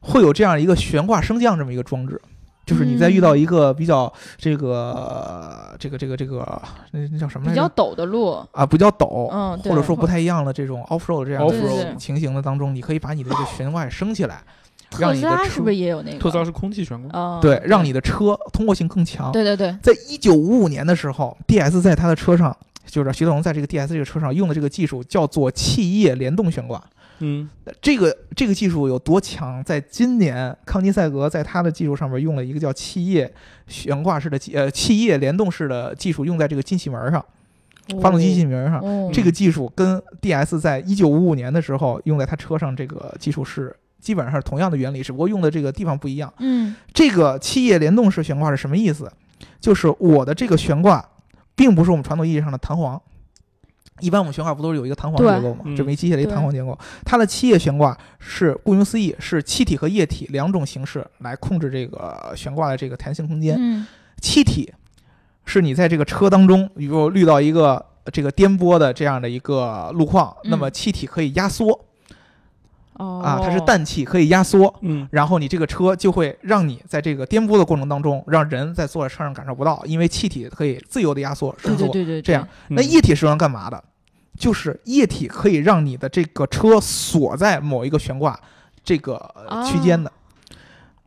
[SPEAKER 2] 会有这样一个悬挂升降这么一个装置，就是你在遇
[SPEAKER 1] 嗯
[SPEAKER 2] 到一个比较这个、这个这个这个那那叫什么
[SPEAKER 1] 比
[SPEAKER 2] 来
[SPEAKER 1] 较
[SPEAKER 2] 着？
[SPEAKER 1] 陡的路，
[SPEAKER 2] 啊，比较陡，
[SPEAKER 1] 嗯，对
[SPEAKER 2] 或者说不太一样的这种 off road 这样
[SPEAKER 3] Off
[SPEAKER 1] 对对
[SPEAKER 2] road
[SPEAKER 1] 对
[SPEAKER 2] 情形的当中，你可以把你的这个悬挂也升起来，
[SPEAKER 1] 特
[SPEAKER 2] 让你
[SPEAKER 1] 斯
[SPEAKER 2] 的
[SPEAKER 1] 拉
[SPEAKER 2] 车
[SPEAKER 1] 是不是也有那个？
[SPEAKER 3] 特斯拉是空气悬挂，
[SPEAKER 1] 哦，
[SPEAKER 2] 对，让你的车通过性更强。
[SPEAKER 1] 对对对，
[SPEAKER 2] 在一九五五年的时候，DS 在它的车上，就是徐德龙在这个 DS 这个车上用的这个技术叫做气液联动悬挂。
[SPEAKER 3] 嗯，
[SPEAKER 2] 这个这个技术有多强？在今年，康尼赛格在他的技术上面用了一个叫气液悬挂式的技呃气液联动式的技术，用在这个进气门上，发动机进气门上。
[SPEAKER 1] 哦，
[SPEAKER 2] 这个技术跟 DS 在一九五五年的时候用在它车上这个技术是基本上是同样的原理，只不过用的这个地方不一样。
[SPEAKER 1] 嗯
[SPEAKER 2] 这个气液联动式悬挂是什么意思？就是我的这个悬挂，并不是我们传统意义上的弹簧。一般我们悬挂不都是有一个弹簧
[SPEAKER 1] 对嗯
[SPEAKER 2] 结构吗？
[SPEAKER 3] 嗯
[SPEAKER 2] 这么一机械的一个弹簧结构，它的气液悬挂是顾名思义是气体和液体两种形式来控制这个悬挂的这个弹性空间。
[SPEAKER 1] 嗯
[SPEAKER 2] 气体是你在这个车当中，比如遇到一个呃这个颠簸的这样的一个路况，
[SPEAKER 1] 嗯
[SPEAKER 2] 那么气体可以压缩
[SPEAKER 1] 哦
[SPEAKER 2] 啊，它是氮气可以压缩，
[SPEAKER 3] 嗯，
[SPEAKER 2] 然后你这个车就会让你在这个颠簸的过程当中，让人在坐在车上感受不到，因为气体可以自由的压缩
[SPEAKER 1] 对
[SPEAKER 2] 伸
[SPEAKER 1] 对嗯
[SPEAKER 2] 缩。
[SPEAKER 1] 对对，
[SPEAKER 2] 这样那
[SPEAKER 3] 一
[SPEAKER 2] 液体是用来干嘛的？就是液体可以让你的这个车锁在某一个悬挂这个呃区间的，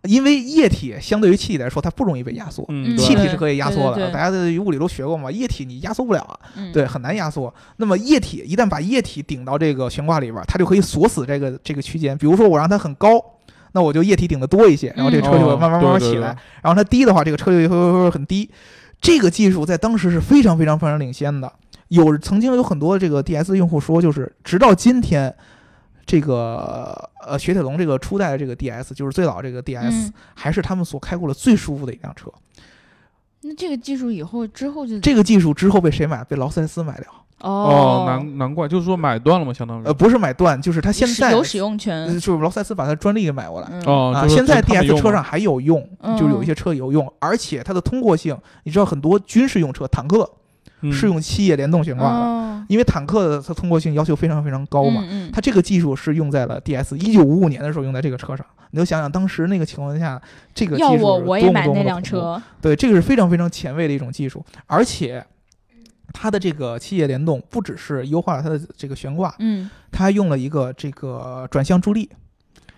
[SPEAKER 2] 因为液体相对于气体来说，它不容易被压缩。
[SPEAKER 3] 嗯，
[SPEAKER 1] 哦嗯
[SPEAKER 3] 对
[SPEAKER 2] 气体是可以压缩
[SPEAKER 1] 对对
[SPEAKER 2] 的，
[SPEAKER 1] 对
[SPEAKER 2] 大家在物理都学过嘛，液体你压缩不了啊，
[SPEAKER 1] 嗯
[SPEAKER 2] 对，很难压缩。那么液体一旦把液体顶到这个悬挂里边儿，它就可以锁死这个这个区间。比如说我让它很高，那我就液体顶得多一些，然后这个车就会
[SPEAKER 3] 哦
[SPEAKER 2] 慢慢慢慢
[SPEAKER 3] 对对
[SPEAKER 2] 起
[SPEAKER 3] 对
[SPEAKER 2] 来。然后它低的话，这个车就会会会会很低。这个技术在当时是非常非常非常领先的。有曾经有很多这个 DS 用户说，就是直到今天，这个呃雪铁龙这个初代的这个 DS，就是最早这个 DS，、
[SPEAKER 1] 嗯
[SPEAKER 2] 还是他们所开过的最舒服的一辆车。
[SPEAKER 1] 那这个技术以后之后就
[SPEAKER 2] 这个技术之后被谁买？被劳斯莱斯买掉。
[SPEAKER 1] 哦
[SPEAKER 3] 哦，难难怪，就是说买断了嘛，相当于
[SPEAKER 2] 呃，不是买断，就是它现
[SPEAKER 1] 使
[SPEAKER 2] 在
[SPEAKER 1] 有使用权
[SPEAKER 2] 呃，就是劳斯莱斯把它专利给买过来。
[SPEAKER 1] 嗯
[SPEAKER 3] 哦，
[SPEAKER 2] 啊，
[SPEAKER 3] 就是
[SPEAKER 2] 现在
[SPEAKER 3] 就是他们
[SPEAKER 2] DS
[SPEAKER 3] 用
[SPEAKER 2] 车
[SPEAKER 3] 嘛
[SPEAKER 2] 上还有用，就是有一些车有用，而且它的通过性，你知道很多军事用车，坦克
[SPEAKER 3] 嗯
[SPEAKER 2] 是用气液联动悬挂的，
[SPEAKER 1] 哦
[SPEAKER 2] 因为坦克的它通过性要求非常非常高嘛。
[SPEAKER 1] 嗯嗯
[SPEAKER 2] 它这个技术是用在了 DS 一九五五年的时候用在这个车上，你就想想当时那个情况下，这个技
[SPEAKER 1] 要
[SPEAKER 2] 术
[SPEAKER 1] 我
[SPEAKER 2] 是
[SPEAKER 1] 我也
[SPEAKER 2] 多么
[SPEAKER 1] 买
[SPEAKER 2] 多么
[SPEAKER 1] 那
[SPEAKER 2] 的
[SPEAKER 1] 辆
[SPEAKER 2] 恐怖
[SPEAKER 1] 车，
[SPEAKER 2] 对，这个是非常非常前卫的一种技术，而且它的这个气液联动不只是优化了它的这个悬挂，
[SPEAKER 1] 嗯，
[SPEAKER 2] 它还用了一个这个转向助力。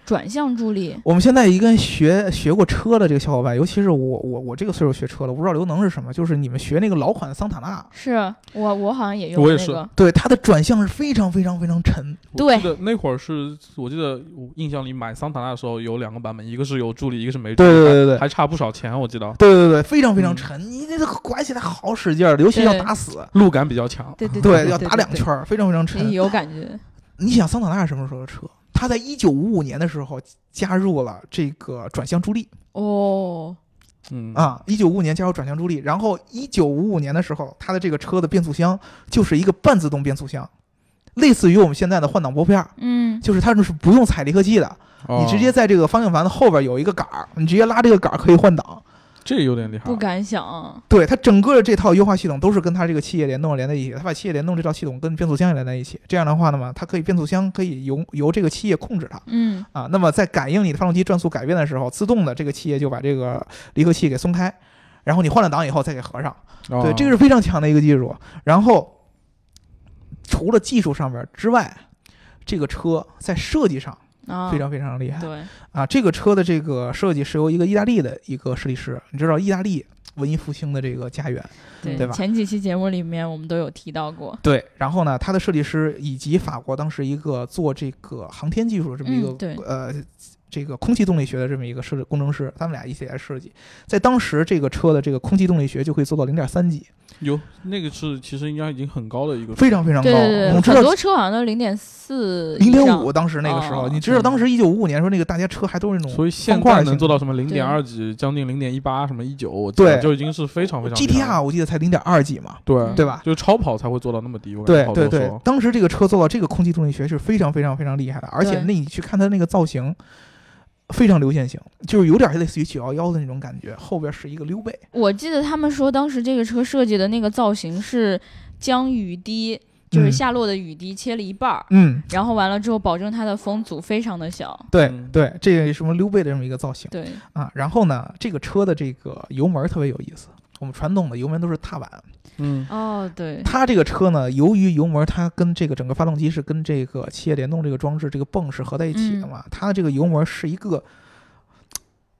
[SPEAKER 1] 转向助力，
[SPEAKER 2] 我们现在一个学学过车的这个小伙伴，尤其是我我我这个岁数学车了，我不知道刘能是什么，就是你们学那个老款的桑塔纳，
[SPEAKER 1] 是我我好像也用
[SPEAKER 3] 我
[SPEAKER 1] 那
[SPEAKER 3] 也是
[SPEAKER 1] 个，
[SPEAKER 2] 对它的转向是非常非常非常沉，
[SPEAKER 1] 对
[SPEAKER 3] 我记得那会儿是我记得我印象里买桑塔纳的时候有两个版本，一个是有助力，一个是没助
[SPEAKER 2] 对
[SPEAKER 3] 力，
[SPEAKER 2] 对对对对
[SPEAKER 3] 还还差不少钱，我记得
[SPEAKER 2] 对对对，非常非常
[SPEAKER 3] 嗯
[SPEAKER 2] 沉，你这个拐起来好使劲儿，尤其要打 死，
[SPEAKER 3] 路感比较强。
[SPEAKER 1] 对对
[SPEAKER 2] 对，要哎打两圈，儿，非常非常
[SPEAKER 1] 对对
[SPEAKER 2] 沉。
[SPEAKER 1] 有感觉，
[SPEAKER 2] 你想桑塔纳是什么时候的车？它在一九五五年的时候加入了这个转向助力
[SPEAKER 1] 哦，
[SPEAKER 3] 嗯，
[SPEAKER 2] 啊，一九五五年加入转向助力，然后一九五五年的时候，它的这个车的变速箱就是一个半自动变速箱，类似于我们现在的换挡拨片儿。
[SPEAKER 1] 嗯，
[SPEAKER 2] 就是它是不用踩离合器的，
[SPEAKER 3] 哦
[SPEAKER 2] 你直接在这个方向盘的后边有一个杆儿，你直接拉这个杆儿可以换挡。
[SPEAKER 3] 这有点厉害
[SPEAKER 1] 不。敢想。
[SPEAKER 2] 对它整个这套优化系统都是跟它这个企业联动连在一起，它把企业联动这套系统跟变速箱也连在一起。这样的话呢嘛，它可以变速箱可以由由这个企业控制它
[SPEAKER 1] 嗯
[SPEAKER 2] 啊。那么在感应你的发动机转速改变的时候，自动的这个企业就把这个离合器给松开，然后你换了档以后再给合上。对，
[SPEAKER 3] 啊
[SPEAKER 2] 这个是非常强的一个技术。然后除了技术上面之外，这个车在设计上
[SPEAKER 1] 啊，
[SPEAKER 2] 非常非常厉害。
[SPEAKER 1] 对，
[SPEAKER 2] 啊，这个车的这个设计是由一个意大利的一个设计师，你知道意大利文艺复兴的这个家园，
[SPEAKER 1] 对
[SPEAKER 2] 对吧
[SPEAKER 1] 前几期节目里面我们都有提到过，
[SPEAKER 2] 对。然后呢，他的设计师以及法国当时一个做这个航天技术的这么一个、
[SPEAKER 1] 嗯对
[SPEAKER 2] 呃这个空气动力学的这么一个设计工程师，他们俩一起来设计，在当时这个车的这个空气动力学就可以做到零点三级，
[SPEAKER 3] 有那个是其实应该已经很高的一个
[SPEAKER 2] 非常非常高。
[SPEAKER 1] 对对
[SPEAKER 2] 我们知
[SPEAKER 1] 对，
[SPEAKER 2] 道
[SPEAKER 1] 很多车好像都零点四、
[SPEAKER 2] 零点五，当时那个时候，
[SPEAKER 1] 哦
[SPEAKER 2] 你知道当时一九五五年说那个大家车还都是那种
[SPEAKER 3] 所以现
[SPEAKER 2] 方块
[SPEAKER 3] 在
[SPEAKER 2] 型
[SPEAKER 3] 能做到什么零
[SPEAKER 1] 对
[SPEAKER 3] 点二几，将近零点一八，什么一九，
[SPEAKER 2] 对
[SPEAKER 3] 就已经是非常非常厉害
[SPEAKER 2] GTR，
[SPEAKER 3] 了
[SPEAKER 2] 我记得才零点二几嘛，
[SPEAKER 3] 对
[SPEAKER 2] 对吧？
[SPEAKER 3] 就是超跑才会做到那么低，我感
[SPEAKER 2] 啊对
[SPEAKER 3] 嗯觉好
[SPEAKER 2] 对
[SPEAKER 3] 多
[SPEAKER 2] 对
[SPEAKER 3] 说，
[SPEAKER 2] 当时这个车做到这个空气动力学是非常非常非常厉害的，而且
[SPEAKER 1] 对
[SPEAKER 2] 那你去看它那个造型，非常流线型，就是有点类似于九幺幺的那种感觉，后边是一个溜背，
[SPEAKER 1] 我记得他们说当时这个车设计的那个造型是将雨滴，就是
[SPEAKER 2] 嗯
[SPEAKER 1] 下落的雨滴切了一半儿。
[SPEAKER 2] 嗯，
[SPEAKER 1] 然后完了之后，保证它的风阻非常的小。
[SPEAKER 2] 对
[SPEAKER 3] 嗯
[SPEAKER 2] 对，这个什么溜背的这么一个造型
[SPEAKER 1] 对，
[SPEAKER 2] 啊。然后呢，这个车的这个油门特别有意思，我们传统的油门都是踏板，
[SPEAKER 3] 嗯，
[SPEAKER 1] 哦，对，
[SPEAKER 2] 它这个车呢，由于油门它跟这个整个发动机是跟这个气液联动这个装置这个泵是合在一起的
[SPEAKER 1] 嗯
[SPEAKER 2] 嘛，它的这个油门是一个。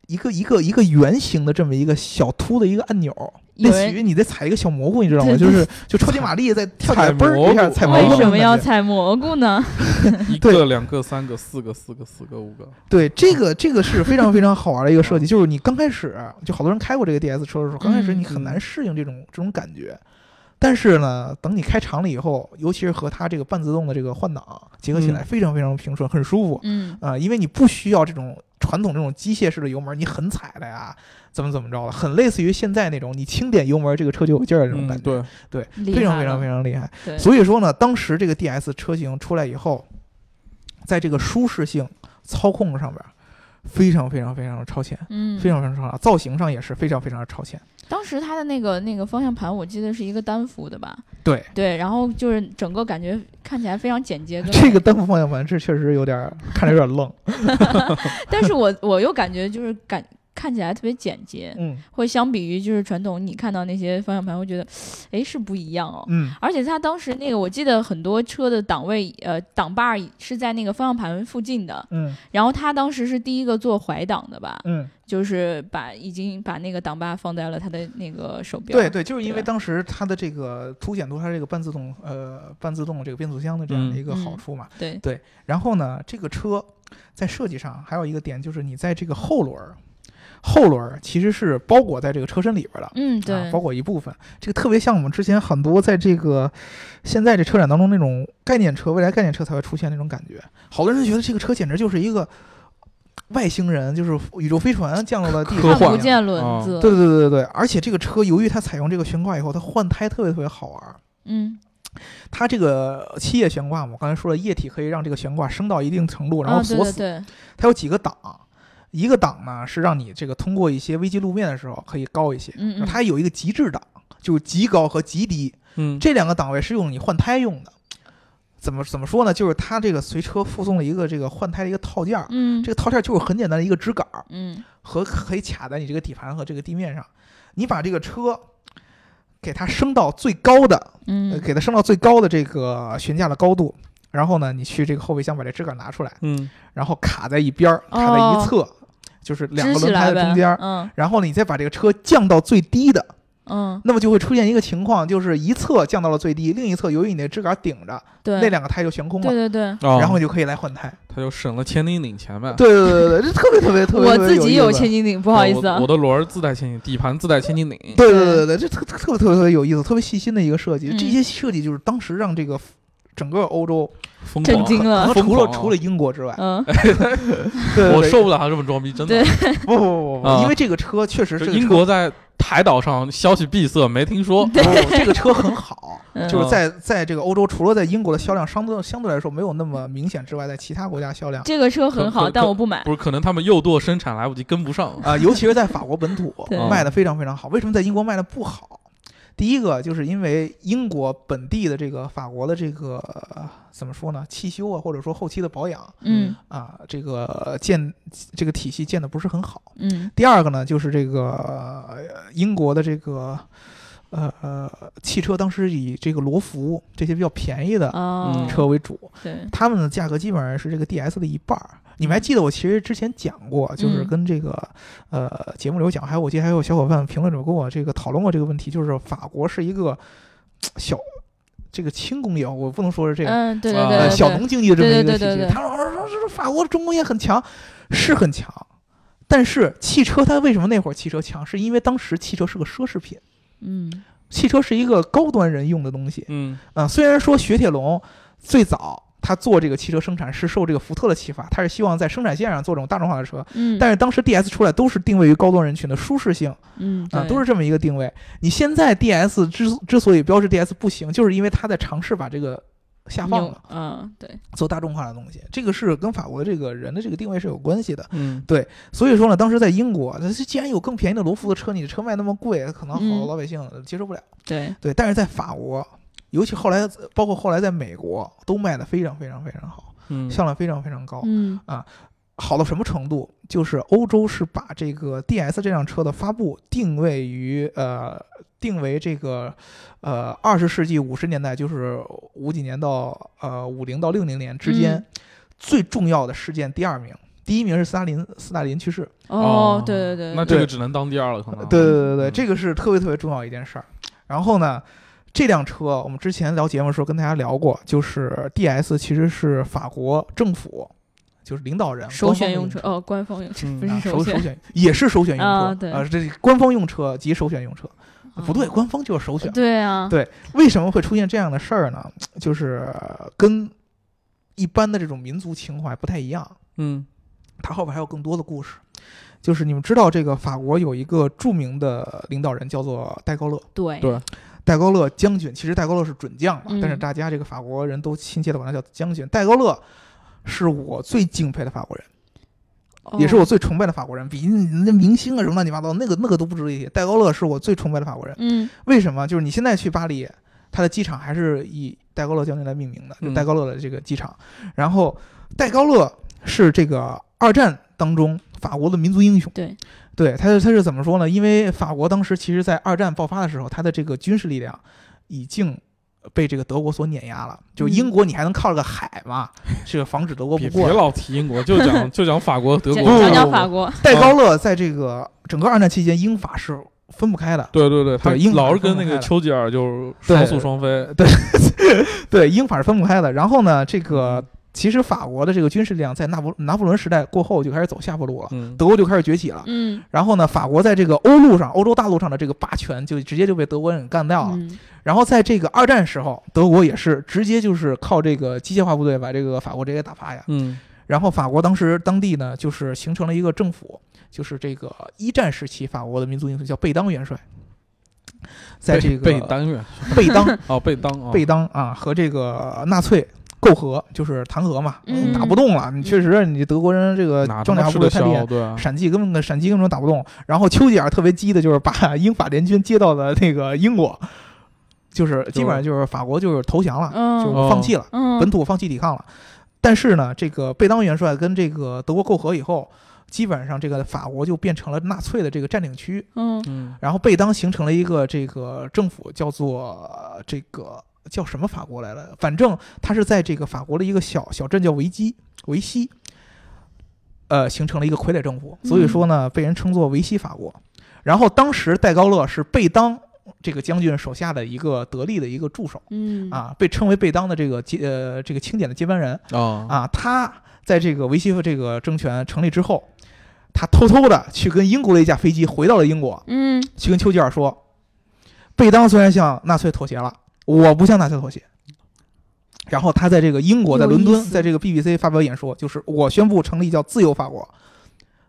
[SPEAKER 2] 一个一个一个圆形的这么一个小凸的一个按钮，
[SPEAKER 1] 有
[SPEAKER 2] 类似
[SPEAKER 1] 人
[SPEAKER 2] 于你在踩一个小蘑菇，你知道吗？
[SPEAKER 1] 对
[SPEAKER 2] 就是就超级玛丽在跳起来，
[SPEAKER 3] 踩
[SPEAKER 2] 嘣儿一下
[SPEAKER 3] 蘑菇
[SPEAKER 2] 踩蘑菇
[SPEAKER 1] 为
[SPEAKER 2] 那种感觉。
[SPEAKER 1] 什么要采蘑菇呢？
[SPEAKER 3] 一
[SPEAKER 2] 对
[SPEAKER 3] 个、两个、三个、四个、四个、四个、五个，
[SPEAKER 2] 对，
[SPEAKER 3] 嗯
[SPEAKER 2] 这个这个是非常非常好玩的一个设计，就是你刚开始就好多人开过这个 DS 车的时候，刚开
[SPEAKER 3] 嗯
[SPEAKER 2] 始你很难适应这种这种感觉。但是呢，等你开长了以后，尤其是和它这个半自动的这个换挡结合起来，
[SPEAKER 3] 嗯
[SPEAKER 2] 非常非常平顺，很舒服
[SPEAKER 1] 嗯，
[SPEAKER 2] 啊、因为你不需要这种传统这种机械式的油门，你狠踩的呀，怎么怎么着了，很类似于现在那种你轻点油门这个车就有劲儿的这种感
[SPEAKER 3] 嗯，
[SPEAKER 2] 觉，
[SPEAKER 3] 对，
[SPEAKER 2] 对
[SPEAKER 1] 厉
[SPEAKER 2] 非常
[SPEAKER 1] 害
[SPEAKER 2] 非常
[SPEAKER 1] 了
[SPEAKER 2] 非常厉害。
[SPEAKER 1] 对，
[SPEAKER 2] 所以说呢，当时这个 DS 车型出来以后，在这个舒适性、操控上边儿非常非常非常的超前，
[SPEAKER 1] 嗯，
[SPEAKER 2] 非常非常超前，造型上也是非常非常的超前。
[SPEAKER 1] 当时它的那个那个方向盘，我记得是一个单幅的吧？
[SPEAKER 2] 对，
[SPEAKER 1] 对，然后就是整个感觉看起来非常简洁。跟
[SPEAKER 2] 这个单幅方向盘这确实有点儿看着有 点愣，
[SPEAKER 1] 但是我我又感觉就是感看起来特别简 洁，
[SPEAKER 2] 嗯
[SPEAKER 1] 会相比于就是传统你看到那些方向盘，会觉得，哎，是不一样哦。
[SPEAKER 2] 嗯，
[SPEAKER 1] 而且它当时那个，我记得很多车的档位，呃，档把儿是在那个方向盘附近的。
[SPEAKER 2] 嗯
[SPEAKER 1] 然后它当时是第一个做怀档的吧，
[SPEAKER 2] 嗯，
[SPEAKER 1] 就是把已经把那个档把放在了它的那个手表。
[SPEAKER 2] 对对，就是因
[SPEAKER 1] 对
[SPEAKER 2] 为
[SPEAKER 1] 吧
[SPEAKER 2] 当时它的这个凸显出它这个半自动呃半自动这个变速箱的
[SPEAKER 1] 嗯
[SPEAKER 2] 这样的一个好处嘛。
[SPEAKER 1] 对
[SPEAKER 2] 然后呢，这个车在设计上还有一个点就是你在这个后轮儿，后轮儿其实是包裹在这个车身里边儿的，
[SPEAKER 1] 嗯
[SPEAKER 2] 啊
[SPEAKER 1] 对，
[SPEAKER 2] 包裹一部分。这个特别像我们之前很多在这个现在这车展当中那种概念车，未来概念车才会出现那种感觉。好多人觉得这个车简直就是一个外星人，就是宇宙飞船降落到地上。
[SPEAKER 3] 科
[SPEAKER 1] 看不
[SPEAKER 3] 幻
[SPEAKER 1] 见轮
[SPEAKER 3] 啊
[SPEAKER 1] 子。
[SPEAKER 2] 对对对对对，而且这个车由于它采用这个悬挂以后，它换胎特别特别好玩儿。
[SPEAKER 1] 嗯
[SPEAKER 2] 它这个七叶悬挂嘛，我刚才说了，液体可以让这个悬挂升到一定程度，然后
[SPEAKER 1] 啊对
[SPEAKER 2] 锁
[SPEAKER 1] 对
[SPEAKER 2] 死。
[SPEAKER 1] 对，
[SPEAKER 2] 它有几个档，一个档呢是让你这个通过一些危机路面的时候可以高一些，
[SPEAKER 1] 嗯嗯
[SPEAKER 2] 它有一个极致档，就是极高和极低，
[SPEAKER 3] 嗯，
[SPEAKER 2] 这两个档位是用你换胎用的。怎么怎么说呢？就是它这个随车附送了一个这个换胎的一个套件儿，
[SPEAKER 1] 嗯
[SPEAKER 2] 这个套件儿就是很简单的一个支杆儿
[SPEAKER 1] 嗯
[SPEAKER 2] 和可以卡在你这个底盘和这个地面上。你把这个车给它升到最高的，呃
[SPEAKER 1] 嗯
[SPEAKER 2] 给它升到最高的这个悬架的高度，然后呢，你去这个后备箱把这支杆拿出来，
[SPEAKER 3] 嗯，
[SPEAKER 2] 然后卡在一边儿，卡在一侧，就是两
[SPEAKER 1] 支
[SPEAKER 2] 个
[SPEAKER 1] 起
[SPEAKER 2] 轮
[SPEAKER 1] 来
[SPEAKER 2] 胎的
[SPEAKER 1] 呗
[SPEAKER 2] 中间儿。
[SPEAKER 1] 嗯
[SPEAKER 2] 然后呢，你再把这个车降到最低的，
[SPEAKER 1] 嗯，
[SPEAKER 2] 那么就会出现一个情况，就是一侧降到了最低，另一侧由于你的支杆顶着，
[SPEAKER 1] 对，
[SPEAKER 2] 那两个胎就悬空
[SPEAKER 1] 对对
[SPEAKER 2] 了，
[SPEAKER 1] 对，
[SPEAKER 3] 哦
[SPEAKER 2] 然后你就可以来换胎。
[SPEAKER 3] 他就省了千斤顶钱呗。
[SPEAKER 2] 对对对对，这特别特别特别。
[SPEAKER 1] 我
[SPEAKER 2] 特别
[SPEAKER 1] 自己
[SPEAKER 2] 有
[SPEAKER 1] 有
[SPEAKER 2] 意思
[SPEAKER 1] 千。斤顶，不
[SPEAKER 3] 不
[SPEAKER 1] 好意思啊
[SPEAKER 3] 我，的轮儿自带千斤，底盘自带千斤顶。
[SPEAKER 2] 对对对对对，这特特特别特别特别有意思，特别细心的一个设计。
[SPEAKER 1] 嗯
[SPEAKER 2] 这些设计就是当时让这个整个欧洲，
[SPEAKER 3] 疯
[SPEAKER 1] 震
[SPEAKER 3] 狂，
[SPEAKER 1] 惊
[SPEAKER 2] 可
[SPEAKER 1] 了，
[SPEAKER 2] 能除
[SPEAKER 3] 疯狂
[SPEAKER 2] 了
[SPEAKER 3] 啊
[SPEAKER 2] 除了英国之外，
[SPEAKER 1] 嗯
[SPEAKER 2] 对对
[SPEAKER 3] 我
[SPEAKER 2] 对
[SPEAKER 3] 受不了他这么装逼，真的
[SPEAKER 1] 对。
[SPEAKER 2] 不不不不不，
[SPEAKER 3] 啊
[SPEAKER 2] 因为这个车确实
[SPEAKER 3] 就是英国在海岛上消息闭塞，没听说。
[SPEAKER 2] 不哦这个车很好，
[SPEAKER 1] 嗯
[SPEAKER 2] 就是在在这个欧洲，除了在英国的销量相对相对来说没有那么明显之外，在其他国家销量
[SPEAKER 1] 这个车很
[SPEAKER 3] 可
[SPEAKER 1] 好，
[SPEAKER 3] 可
[SPEAKER 1] 但我不买。
[SPEAKER 3] 不是，可能他们右舵生产来不及，跟不上。啊
[SPEAKER 2] 啊、尤其是在法国本 土
[SPEAKER 3] 嗯
[SPEAKER 1] 对
[SPEAKER 2] 卖的非常非常好。为什么在英国卖的不好？第一个就是因为英国本地的这个法国的这个、呃怎么说呢，汽修啊，或者说后期的保养
[SPEAKER 1] 嗯
[SPEAKER 2] 啊、这个呃建这个体系建的不是很好。
[SPEAKER 1] 嗯
[SPEAKER 2] 第二个呢，就是这个、呃英国的这个呃呃汽车，当时以这个罗孚这些比较便宜的
[SPEAKER 1] 哦
[SPEAKER 3] 嗯，
[SPEAKER 2] 车为主，
[SPEAKER 1] 对，
[SPEAKER 2] 他们的价格基本上是这个 DS 的一半儿。你们还记得我其实之前讲过，就是
[SPEAKER 1] 嗯
[SPEAKER 2] 跟这个、呃节目里有讲，还有我记得还有小伙伴评论者跟我这个讨论过这个问题，就是法国是一个嘖小这个轻工业，我不能说是这个、
[SPEAKER 1] 嗯对对
[SPEAKER 3] 啊
[SPEAKER 1] 对
[SPEAKER 2] 呃
[SPEAKER 1] 对，
[SPEAKER 2] 小农经济的这么
[SPEAKER 1] 对
[SPEAKER 2] 一个
[SPEAKER 1] 对
[SPEAKER 2] 体
[SPEAKER 1] 对对对
[SPEAKER 2] 系。他说说说说法国重工业很强，是很强，但是汽车它为什么那会儿汽车强，是因为当时汽车是个奢侈品，
[SPEAKER 1] 嗯
[SPEAKER 2] 汽车是一个高端人用的东西，
[SPEAKER 3] 嗯
[SPEAKER 2] 啊，虽然说雪铁龙最早他做这个汽车生产是受这个福特的启发，他是希望在生产线上做这种大众化的车，
[SPEAKER 1] 嗯，
[SPEAKER 2] 但是当时 DS 出来都是定位于高端人群的舒适性
[SPEAKER 1] 嗯
[SPEAKER 2] 啊，
[SPEAKER 1] 对
[SPEAKER 2] 都是这么一个定位。你现在 DS 之之所以标志 DS 不行，就是因为他在尝试把这个下放
[SPEAKER 1] 牛
[SPEAKER 2] 了，
[SPEAKER 1] 嗯对，
[SPEAKER 2] 做大众化的东西，这个是跟法国这个人的这个定位是有关系的。
[SPEAKER 3] 嗯
[SPEAKER 2] 所以说呢，当时在英国，那既然有更便宜的罗孚的车，你的车卖那么贵，可能好
[SPEAKER 1] 嗯
[SPEAKER 2] 多老百姓接受不了。
[SPEAKER 1] 对，
[SPEAKER 2] 对，但是在法国，尤其后来包括后来在美国，都卖的非常非常非常好，
[SPEAKER 3] 嗯
[SPEAKER 2] 销量非常非常高。
[SPEAKER 1] 嗯
[SPEAKER 2] 好到什么程度？就是欧洲是把这个 DS 这辆车的发布定位于呃定为这个呃二十世纪五十年代，就是五几年到呃五零到六零年之间、
[SPEAKER 1] 嗯
[SPEAKER 2] 最重要的事件第二名。第一名是斯大林，斯大林去世。
[SPEAKER 1] 哦对对对，
[SPEAKER 3] 那这个只能当第二了，可能。
[SPEAKER 2] 对对对对对，
[SPEAKER 3] 嗯
[SPEAKER 2] 这个是特别特别重要一件事儿。然后呢，这辆车我们之前聊节目的时候跟大家聊过，就是 DS 其实是法国政府就是领导人
[SPEAKER 1] 首选用车
[SPEAKER 2] 车。
[SPEAKER 1] 哦，官方用车
[SPEAKER 3] 嗯
[SPEAKER 1] 不
[SPEAKER 2] 啊
[SPEAKER 1] 是
[SPEAKER 2] 首
[SPEAKER 1] 选，
[SPEAKER 2] 选也是首选用车
[SPEAKER 1] 啊对
[SPEAKER 2] 啊，这官方用车及首选用车，
[SPEAKER 1] 哦
[SPEAKER 2] 啊不对，官方就是首选。
[SPEAKER 1] 对啊，
[SPEAKER 2] 对为什么会出现这样的事儿呢？就是跟一般的这种民族情怀不太一样，
[SPEAKER 3] 嗯
[SPEAKER 2] 它后边还有更多的故事。就是你们知道，这个法国有一个著名的领导人叫做戴高乐，
[SPEAKER 1] 对
[SPEAKER 3] 对
[SPEAKER 2] 戴高乐将军，其实戴高乐是准将嘛，
[SPEAKER 1] 嗯
[SPEAKER 2] 但是大家这个法国人都亲切的管他叫将军。戴高乐是我最敬佩的法国人，
[SPEAKER 1] 哦
[SPEAKER 2] 也是我最崇拜的法国人，比人家明星啊什么乱七八糟那个那个都不值一提。戴高乐是我最崇拜的法国人，
[SPEAKER 1] 嗯
[SPEAKER 2] 为什么？就是你现在去巴黎，它的机场还是以戴高乐将军来命名的，就
[SPEAKER 3] 嗯
[SPEAKER 2] 戴高乐的这个机场。然后戴高乐是这个二战当中法国的民族英雄。
[SPEAKER 1] 对，
[SPEAKER 2] 对，他是他是怎么说呢？因为法国当时其实在二战爆发的时候，他的这个军事力量已经。被这个德国所碾压了，就
[SPEAKER 1] 嗯
[SPEAKER 2] 英国你还能靠着个海 嘛，这个防止德国不
[SPEAKER 3] 别
[SPEAKER 2] 过
[SPEAKER 3] 别
[SPEAKER 2] 来。
[SPEAKER 3] 老提英国，就讲就讲法国、德
[SPEAKER 1] 讲
[SPEAKER 3] 国。
[SPEAKER 2] 不
[SPEAKER 1] 讲
[SPEAKER 2] 不
[SPEAKER 1] 讲
[SPEAKER 2] 不
[SPEAKER 1] 法国，
[SPEAKER 2] 戴高乐在这个整个二战期间，英法是分不开的。
[SPEAKER 3] 对对对，他
[SPEAKER 2] 对英法
[SPEAKER 3] 老是
[SPEAKER 2] 是分
[SPEAKER 3] 跟
[SPEAKER 2] 不
[SPEAKER 3] 那
[SPEAKER 2] 开
[SPEAKER 3] 个
[SPEAKER 2] 的
[SPEAKER 3] 丘吉尔就是
[SPEAKER 2] 对
[SPEAKER 3] 双宿双飞。
[SPEAKER 2] 对，英法是分不开的。然后呢，这个其实法国的这个军事力量在拿破拿破仑时代过后就开始走下坡路了，
[SPEAKER 3] 嗯，
[SPEAKER 2] 德国就开始崛起了。
[SPEAKER 1] 嗯
[SPEAKER 2] 然后呢，法国在这个欧陆上、欧洲大陆上的这个霸权就直接就被德国人给干掉了。
[SPEAKER 1] 嗯
[SPEAKER 2] 然后在这个二战时候，德国也是直接就是靠这个机械化部队把这个法国直接打趴下。
[SPEAKER 3] 嗯
[SPEAKER 2] 然后法国当时当地呢，就是形成了一个政府，就是这个一战时期法国的民族英雄叫贝当元帅，在这个
[SPEAKER 3] 被被单元
[SPEAKER 2] 贝当
[SPEAKER 3] 哦，被当啊，
[SPEAKER 2] 贝当啊和这个纳粹媾和，就是弹劾嘛，
[SPEAKER 1] 嗯
[SPEAKER 2] 打不动了。你确实，你德国人这个
[SPEAKER 3] 哪他
[SPEAKER 2] 装
[SPEAKER 3] 妈
[SPEAKER 2] 甲
[SPEAKER 3] 吃
[SPEAKER 2] 部
[SPEAKER 3] 得
[SPEAKER 2] 队太厉
[SPEAKER 3] 消？
[SPEAKER 2] 害，
[SPEAKER 3] 对啊，
[SPEAKER 2] 闪击根本闪击根本打不动。然后丘吉尔特别激的就是把 英法联军接到了那个英国，就是基本上就是法国就是投降了，啊就
[SPEAKER 1] 嗯
[SPEAKER 3] 哦
[SPEAKER 2] 放弃了，
[SPEAKER 1] 嗯，
[SPEAKER 2] 本土放弃抵抗了。但是呢，这个贝当元帅跟这个德国媾和以后，基本上这个法国就变成了纳粹的这个占领区。
[SPEAKER 1] 嗯
[SPEAKER 3] 嗯
[SPEAKER 2] 然后贝当形成了一个这个政府，叫做呃这个叫什么法国来了？反正它是在这个法国的一个小小镇叫维基维西，呃，形成了一个傀儡政府，所以说呢，被人称作维西法国。然后当时戴高乐是贝当这个将军手下的一个得力的一个助手
[SPEAKER 1] 嗯，
[SPEAKER 2] 啊，被称为贝当的这个接呃这个钦点的接班人
[SPEAKER 3] 啊
[SPEAKER 2] 啊。他在这个维西这个政权成立之后，他偷偷的去跟英国的一架飞机回到了英国。
[SPEAKER 1] 嗯
[SPEAKER 2] 去跟丘吉尔说，贝当虽然向纳粹妥协了，我不向纳粹妥协。然后他在这个英国，在
[SPEAKER 1] 有
[SPEAKER 2] 伦
[SPEAKER 1] 意
[SPEAKER 2] 敦，
[SPEAKER 1] 思
[SPEAKER 2] 在这个 BBC 发表演说，就是我宣布成立叫自由法国。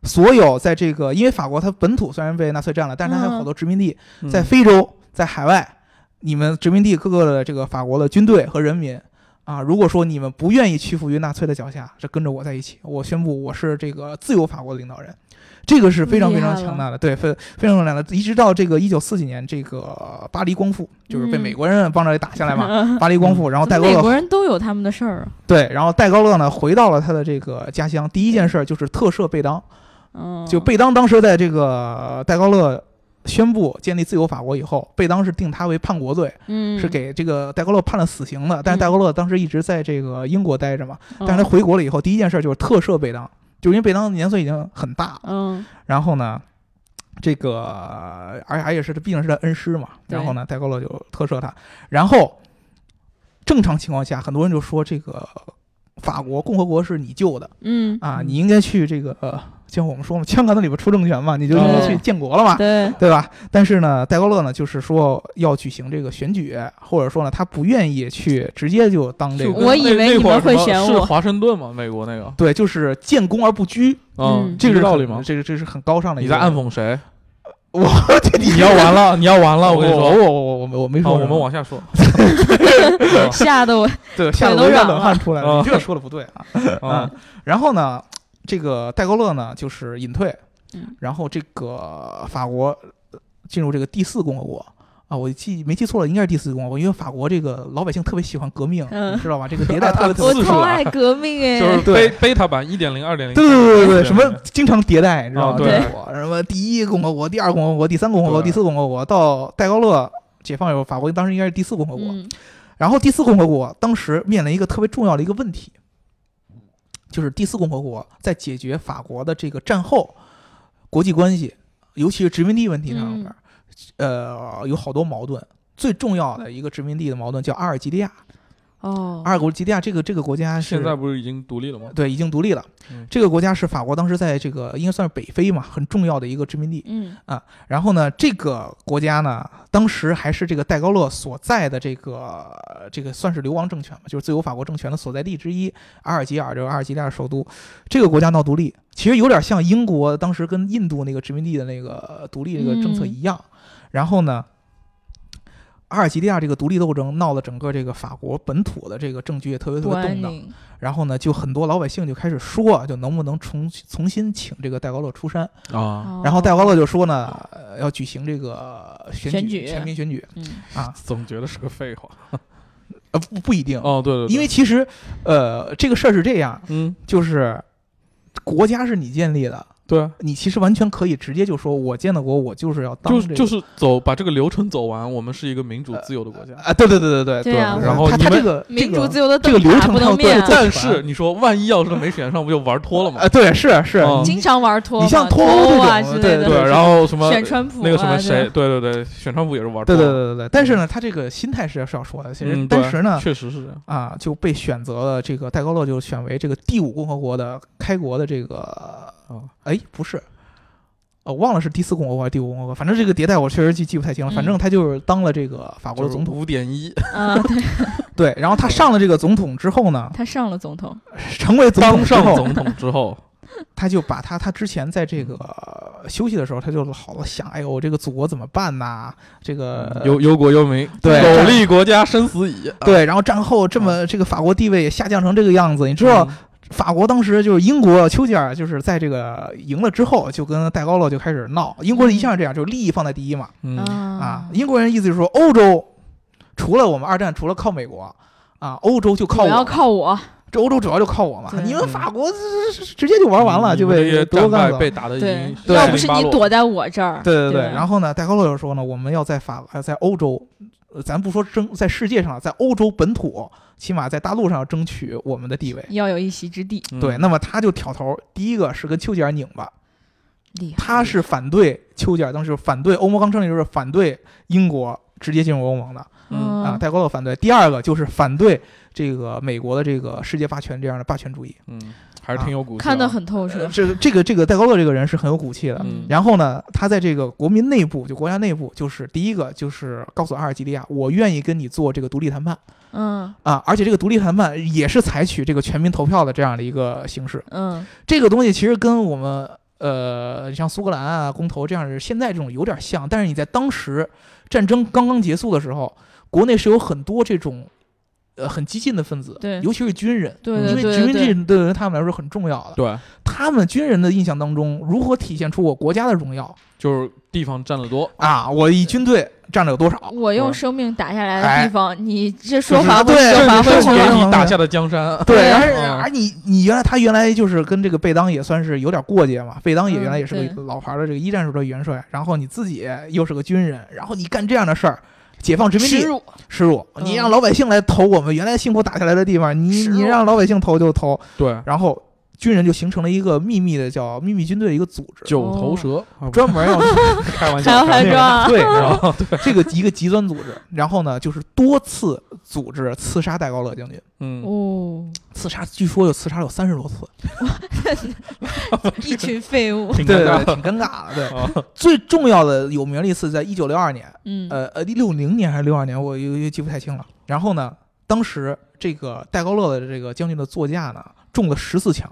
[SPEAKER 2] 所有在这个，因为法国它本土虽然被纳粹占了，但是它还有好多殖民地，
[SPEAKER 3] 嗯
[SPEAKER 2] 在非洲，在海外，你们殖民地各个的这个法国的军队和人民啊，如果说你们不愿意屈服于纳粹的脚下，这跟着我在一起，我宣布我是这个自由法国的领导人，这个是非常
[SPEAKER 1] 厉
[SPEAKER 2] 非
[SPEAKER 1] 害
[SPEAKER 2] 常
[SPEAKER 1] 了
[SPEAKER 2] 强大的，对，非非常强大的，一直到这个一九四几年这个巴黎光复，就是被
[SPEAKER 1] 嗯
[SPEAKER 2] 美国人帮着打下来 嘛，
[SPEAKER 1] 嗯
[SPEAKER 2] 巴黎光复，然后戴
[SPEAKER 1] 怎
[SPEAKER 2] 高
[SPEAKER 1] 么美
[SPEAKER 2] 乐
[SPEAKER 1] 国人都有他们的事儿啊，
[SPEAKER 2] 对，然后戴高乐呢回到了他的这个家乡，第一件事儿就是特赦贝当。
[SPEAKER 1] 嗯，
[SPEAKER 2] 就贝当当时在这个戴高乐宣布建立自由法国以后，贝当是定他为叛国罪，
[SPEAKER 1] 嗯
[SPEAKER 2] 是，给这个戴高乐判了死刑的。但
[SPEAKER 1] 嗯
[SPEAKER 2] 是戴高乐当时一直在这个英国待着嘛，
[SPEAKER 1] 嗯
[SPEAKER 2] 但是他回国了以后，第一件事就是特赦贝当，就是因为贝当年岁已经很大了，
[SPEAKER 1] 嗯
[SPEAKER 2] 然后呢。这个，而且也是，这毕竟是他恩师嘛。
[SPEAKER 1] 对
[SPEAKER 2] 然后呢，戴高乐就特赦他。然后，正常情况下，很多人就说这个法国共和国是你救的，
[SPEAKER 1] 嗯
[SPEAKER 2] 啊，
[SPEAKER 3] 嗯
[SPEAKER 2] 你应该去这个，呃像我们说嘛，枪杆子里边出政权嘛，你就应该去
[SPEAKER 1] 对
[SPEAKER 2] 建国了嘛，
[SPEAKER 1] 对，
[SPEAKER 2] 对吧？但是呢，戴高乐呢，就是说要举行这个选举，或者说呢，他不愿意去直接就当这
[SPEAKER 3] 就
[SPEAKER 2] 个，
[SPEAKER 1] 我以
[SPEAKER 3] 那
[SPEAKER 1] 为
[SPEAKER 3] 那
[SPEAKER 1] 你
[SPEAKER 3] 会
[SPEAKER 1] 们
[SPEAKER 3] 儿
[SPEAKER 1] 会
[SPEAKER 3] 什么
[SPEAKER 1] 选
[SPEAKER 3] 是
[SPEAKER 1] 我
[SPEAKER 3] 华盛顿嘛，美国那个
[SPEAKER 2] 对，就是建功而不居，
[SPEAKER 3] 啊
[SPEAKER 1] 嗯，
[SPEAKER 2] 这个
[SPEAKER 3] 个
[SPEAKER 2] 是
[SPEAKER 3] 道
[SPEAKER 2] 很
[SPEAKER 3] 理吗？
[SPEAKER 2] 这个这是很高尚的一
[SPEAKER 3] 你
[SPEAKER 2] 个。
[SPEAKER 3] 在 暗讽谁？
[SPEAKER 2] 我？
[SPEAKER 3] 你要完了，你要完了！我跟你
[SPEAKER 2] 我
[SPEAKER 3] 说，
[SPEAKER 2] 哦我我我我没
[SPEAKER 3] 好，
[SPEAKER 2] 说什
[SPEAKER 3] 我
[SPEAKER 2] 么，
[SPEAKER 3] 们往下说。
[SPEAKER 2] 哦
[SPEAKER 1] 吓得我，
[SPEAKER 2] 对吓
[SPEAKER 1] 腿
[SPEAKER 2] 得
[SPEAKER 1] 都
[SPEAKER 2] 我一
[SPEAKER 1] 软
[SPEAKER 2] 身冷
[SPEAKER 1] 了
[SPEAKER 2] 汗出来了。
[SPEAKER 3] 啊
[SPEAKER 2] 你这说的不对啊。
[SPEAKER 3] 啊，
[SPEAKER 2] 然后呢，这个戴高乐呢就是隐退
[SPEAKER 1] 嗯，
[SPEAKER 2] 然后这个法国呃进入这个第四共和国啊，我记没记错了，应该是第四共和国，因为法国这个老百姓特别喜欢革命，
[SPEAKER 1] 嗯
[SPEAKER 2] 你知道吧？这 个迭代特别特
[SPEAKER 1] 我
[SPEAKER 2] 别
[SPEAKER 3] 次数
[SPEAKER 1] 超
[SPEAKER 3] 了
[SPEAKER 1] 爱革 命哎，
[SPEAKER 3] 就是
[SPEAKER 2] 嗯对
[SPEAKER 3] 贝贝塔版一点零、二点零。
[SPEAKER 2] 对对对对对，
[SPEAKER 3] 对
[SPEAKER 2] 什么经常迭代，你知道吗？
[SPEAKER 3] 啊对
[SPEAKER 2] 这个国什么第一共和国、第二共和国、第三共和国、
[SPEAKER 3] 对
[SPEAKER 2] 第四共和国，到戴高乐解放以后，法国当时应该是第四共和国。
[SPEAKER 1] 嗯
[SPEAKER 2] 然后第四共和国当时面临一个特别重要的一个问题，就是第四共和国在解决法国的这个战后国际关系，尤其是殖民地问题
[SPEAKER 3] 嗯
[SPEAKER 2] 上面，呃，有好多矛盾。最重要的一个殖民地的矛盾叫阿尔及利亚，
[SPEAKER 1] 哦
[SPEAKER 2] 阿，尔及利亚这个这个国家是
[SPEAKER 3] 现在不是已经独立了吗？
[SPEAKER 2] 对已经独立了，
[SPEAKER 3] 嗯
[SPEAKER 2] 这个国家是法国当时在这个应该算是北非嘛，很重要的一个殖民地。
[SPEAKER 1] 嗯
[SPEAKER 2] 然后呢，这个国家呢，当时还是这个戴高乐所在的这个呃这个算是流亡政权吧，就是自由法国政权的所在地之一，阿尔及尔就是阿尔及利亚首都。这个国家闹独立，其实有点像英国当时跟印度那个殖民地的那个呃独立这个政策一样。然后呢，阿尔及利亚这个独立斗争闹得整个这个法国本土的这个政局也特别特
[SPEAKER 1] 不
[SPEAKER 2] 别
[SPEAKER 1] 安
[SPEAKER 2] 动荡。
[SPEAKER 1] 宁，
[SPEAKER 2] 然后呢，就很多老百姓就开始说啊，就能不能重重新请这个戴高乐出山。
[SPEAKER 3] 啊，
[SPEAKER 2] 然后戴
[SPEAKER 1] 哦
[SPEAKER 2] 高乐就说呢，呃要举行这个选
[SPEAKER 1] 选
[SPEAKER 2] 举
[SPEAKER 1] 举
[SPEAKER 2] 全民选举
[SPEAKER 1] 嗯
[SPEAKER 2] 啊，
[SPEAKER 3] 总觉得是个废话。
[SPEAKER 2] 呃不不一定，
[SPEAKER 3] 哦，对对，对
[SPEAKER 2] 因为其实呃这个事儿是这样，
[SPEAKER 3] 嗯，
[SPEAKER 2] 就是国家是你建立的，
[SPEAKER 3] 对啊，
[SPEAKER 2] 你其实完全可以直接就说我建的国，我就是要当
[SPEAKER 3] 就
[SPEAKER 2] 这个
[SPEAKER 3] 就是走把这个流程走完，我们是一个民主自由的国家。
[SPEAKER 2] 啊，对对对对
[SPEAKER 1] 对啊
[SPEAKER 2] 然
[SPEAKER 3] 然
[SPEAKER 2] 后
[SPEAKER 3] 后
[SPEAKER 2] 他
[SPEAKER 3] 你
[SPEAKER 2] 他这
[SPEAKER 3] 们
[SPEAKER 2] 个这
[SPEAKER 1] 民主
[SPEAKER 2] 个
[SPEAKER 1] 自由的
[SPEAKER 2] 这个
[SPEAKER 1] 灯
[SPEAKER 2] 流
[SPEAKER 1] 塔
[SPEAKER 2] 程
[SPEAKER 1] 不
[SPEAKER 2] 它
[SPEAKER 1] 能
[SPEAKER 2] 要对
[SPEAKER 1] 变啊，
[SPEAKER 2] 做
[SPEAKER 3] 但
[SPEAKER 2] 船
[SPEAKER 3] 是你说，万一要是没选上，不就玩脱了吗
[SPEAKER 2] 啊，？对是是，
[SPEAKER 3] 嗯
[SPEAKER 2] 你
[SPEAKER 1] 经常玩脱嘛，
[SPEAKER 2] 你像脱欧
[SPEAKER 1] 欧
[SPEAKER 2] 这
[SPEAKER 1] 啊
[SPEAKER 2] 种
[SPEAKER 1] 之
[SPEAKER 2] 对
[SPEAKER 1] 类的，
[SPEAKER 3] 对，然后什么
[SPEAKER 1] 选川普
[SPEAKER 3] 那个什
[SPEAKER 1] 啊
[SPEAKER 3] 么
[SPEAKER 1] 这
[SPEAKER 3] 谁，
[SPEAKER 1] 样
[SPEAKER 3] 对对对，选川普也是玩脱
[SPEAKER 2] 对对对
[SPEAKER 3] 了。
[SPEAKER 2] 对对，但是呢，他这个心态是是要说的，其实
[SPEAKER 3] 嗯，
[SPEAKER 2] 当
[SPEAKER 3] 对
[SPEAKER 2] 时呢，
[SPEAKER 3] 确实是这样。
[SPEAKER 2] 啊，就被选择了这个戴高乐就选为这个第五共和国的开国的这个
[SPEAKER 3] 哦，
[SPEAKER 2] 哎，不是，呃，忘了是第四共和国还是第五共和国，反正这个迭代我确实记记不太清了。反正他就是当了这个法国的总统，
[SPEAKER 3] 五点一，
[SPEAKER 1] 啊，对
[SPEAKER 2] 对，然后他上了这个总统之后 呢，
[SPEAKER 1] 他上了总 统，
[SPEAKER 2] 成为总统
[SPEAKER 3] 当
[SPEAKER 2] 之
[SPEAKER 3] 上
[SPEAKER 2] 后，
[SPEAKER 3] 总嗯统之后，
[SPEAKER 2] 他就把他他之前在这个呃休息的时候，他就好了想，哎呦，这个祖国怎么办呐？这个
[SPEAKER 3] 忧忧国忧民，
[SPEAKER 2] 呃对
[SPEAKER 3] 苟利国家生死以。
[SPEAKER 2] 对，然后战后这么这个法国地位也下降成这个样子，你知道
[SPEAKER 3] 嗯
[SPEAKER 2] 法国当时就是英国丘吉尔，就是在这个赢了之后，就跟戴高乐就开始闹。英国人一向是这样，就是利益放在第一嘛。
[SPEAKER 3] 嗯，
[SPEAKER 1] 啊
[SPEAKER 2] 啊，英国人意思就是说，欧洲除了我们二战，除了靠美国，啊，欧洲就靠
[SPEAKER 1] 我要
[SPEAKER 2] 我，
[SPEAKER 1] 靠我，
[SPEAKER 2] 这欧洲主要就靠我嘛。
[SPEAKER 1] 对
[SPEAKER 2] 你们法国这这这直接就玩完了，就
[SPEAKER 3] 你们这
[SPEAKER 2] 被
[SPEAKER 3] 些
[SPEAKER 2] 德国
[SPEAKER 3] 战
[SPEAKER 2] 干
[SPEAKER 3] 败
[SPEAKER 2] 走。
[SPEAKER 3] 被打的已
[SPEAKER 1] 对
[SPEAKER 3] 经，
[SPEAKER 2] 对
[SPEAKER 1] 要不是
[SPEAKER 3] 七零八
[SPEAKER 1] 你
[SPEAKER 3] 落
[SPEAKER 1] 躲在我这儿，
[SPEAKER 2] 对对
[SPEAKER 1] 对
[SPEAKER 2] 对，然后呢，戴高乐就说呢，我们要在法呃在欧洲，呃咱不说争在世界上，在欧洲本土，起码在大陆上要争取我们的地位。
[SPEAKER 1] 要有一席之地，
[SPEAKER 3] 嗯
[SPEAKER 2] 对，那么他就挑头，第一个是跟丘吉尔拧巴，
[SPEAKER 1] 厉害，
[SPEAKER 2] 他是反对丘吉尔，当时反对欧盟刚成立，就是反对英国直接进入欧盟的
[SPEAKER 3] 嗯
[SPEAKER 2] 啊
[SPEAKER 1] 嗯，
[SPEAKER 2] 戴高乐反对。第二个就是反对这个美国的这个世界霸权这样的霸权主义。
[SPEAKER 3] 嗯，还是挺有骨气的啊。
[SPEAKER 1] 看得很透彻，
[SPEAKER 2] 这个这个这个戴高乐这个人是很有骨气的。
[SPEAKER 1] 嗯
[SPEAKER 3] 嗯
[SPEAKER 2] 然后呢，他在这个国民内部，就国家内部，就是第一个就是告诉阿尔及利亚，我愿意跟你做这个独立谈判
[SPEAKER 1] 嗯
[SPEAKER 2] 啊，而且这个独立谈判也是采取这个全民投票的这样的一个形式。
[SPEAKER 1] 嗯
[SPEAKER 2] 这个东西其实跟我们呃，像苏格兰啊、公投这样，现在这种有点像，但是你在当时战争刚刚结束的时候，国内是有很多这种呃很激进的分子，
[SPEAKER 1] 对
[SPEAKER 2] 尤其是军人，
[SPEAKER 1] 对对
[SPEAKER 2] 因为
[SPEAKER 1] 对
[SPEAKER 2] 军
[SPEAKER 1] 对
[SPEAKER 2] 人对于他们来说很重要的。
[SPEAKER 3] 啊对，
[SPEAKER 2] 他们军人的印象当中，如何体现出我国家的荣耀
[SPEAKER 3] 就是地方占的多，
[SPEAKER 2] 啊？我以军队占了有多少？
[SPEAKER 1] 我用
[SPEAKER 3] 对
[SPEAKER 1] 生命打下来的
[SPEAKER 2] 嗯哎
[SPEAKER 1] 地方，你这
[SPEAKER 2] 就
[SPEAKER 1] 说
[SPEAKER 2] 是
[SPEAKER 1] 反回
[SPEAKER 2] 对
[SPEAKER 1] 说
[SPEAKER 2] 这
[SPEAKER 1] 反
[SPEAKER 2] 是
[SPEAKER 1] 回
[SPEAKER 2] 说
[SPEAKER 1] 去
[SPEAKER 2] 法
[SPEAKER 1] 了
[SPEAKER 2] 回。
[SPEAKER 3] 给
[SPEAKER 2] 去
[SPEAKER 3] 你打下的江山，
[SPEAKER 1] 对
[SPEAKER 2] 对，而
[SPEAKER 3] 嗯
[SPEAKER 2] 而你你原来他原来就是跟这个贝当也算是有点过节嘛，贝当也原来也是
[SPEAKER 1] 嗯
[SPEAKER 2] 个老牌的这个一战时候的元帅，然后你自己又是个军人，然后你干这样的事儿，解放殖民
[SPEAKER 1] 耻
[SPEAKER 2] 地
[SPEAKER 1] 辱，
[SPEAKER 2] 耻辱，
[SPEAKER 1] 嗯
[SPEAKER 2] 你让老百姓来投我们原来辛苦打下来的地方，你
[SPEAKER 1] 耻辱
[SPEAKER 2] 你让老百姓投就投，
[SPEAKER 3] 对，
[SPEAKER 2] 然后军人就形成了一个秘密的叫秘密军队的一个组织，
[SPEAKER 3] 九头蛇，啊不
[SPEAKER 2] 专门要
[SPEAKER 3] 开
[SPEAKER 1] 还
[SPEAKER 3] 玩笑，
[SPEAKER 1] 要
[SPEAKER 3] 开
[SPEAKER 1] 还
[SPEAKER 3] 玩
[SPEAKER 1] 装
[SPEAKER 3] 笑。
[SPEAKER 1] 啊，
[SPEAKER 2] 对，然
[SPEAKER 3] 然
[SPEAKER 2] 后
[SPEAKER 3] 后，对，
[SPEAKER 2] 这个一个极端组织，然后呢就是多次组织刺杀戴高乐将军。
[SPEAKER 3] 嗯，
[SPEAKER 1] 哦，
[SPEAKER 2] 刺杀，据说有刺杀有三十多次，
[SPEAKER 1] 一群废物，
[SPEAKER 3] 挺尴
[SPEAKER 2] 对
[SPEAKER 3] 尬
[SPEAKER 2] 对，
[SPEAKER 3] 的
[SPEAKER 2] 挺尴尬的。对，
[SPEAKER 3] 啊，
[SPEAKER 2] 最重要的有名的一次，在一九六二年，
[SPEAKER 1] 嗯，
[SPEAKER 2] 呃呃，六零年还是六二年，我又又记不太清了。然后呢，当时这个戴高乐的这个将军的座驾呢，中了十四枪。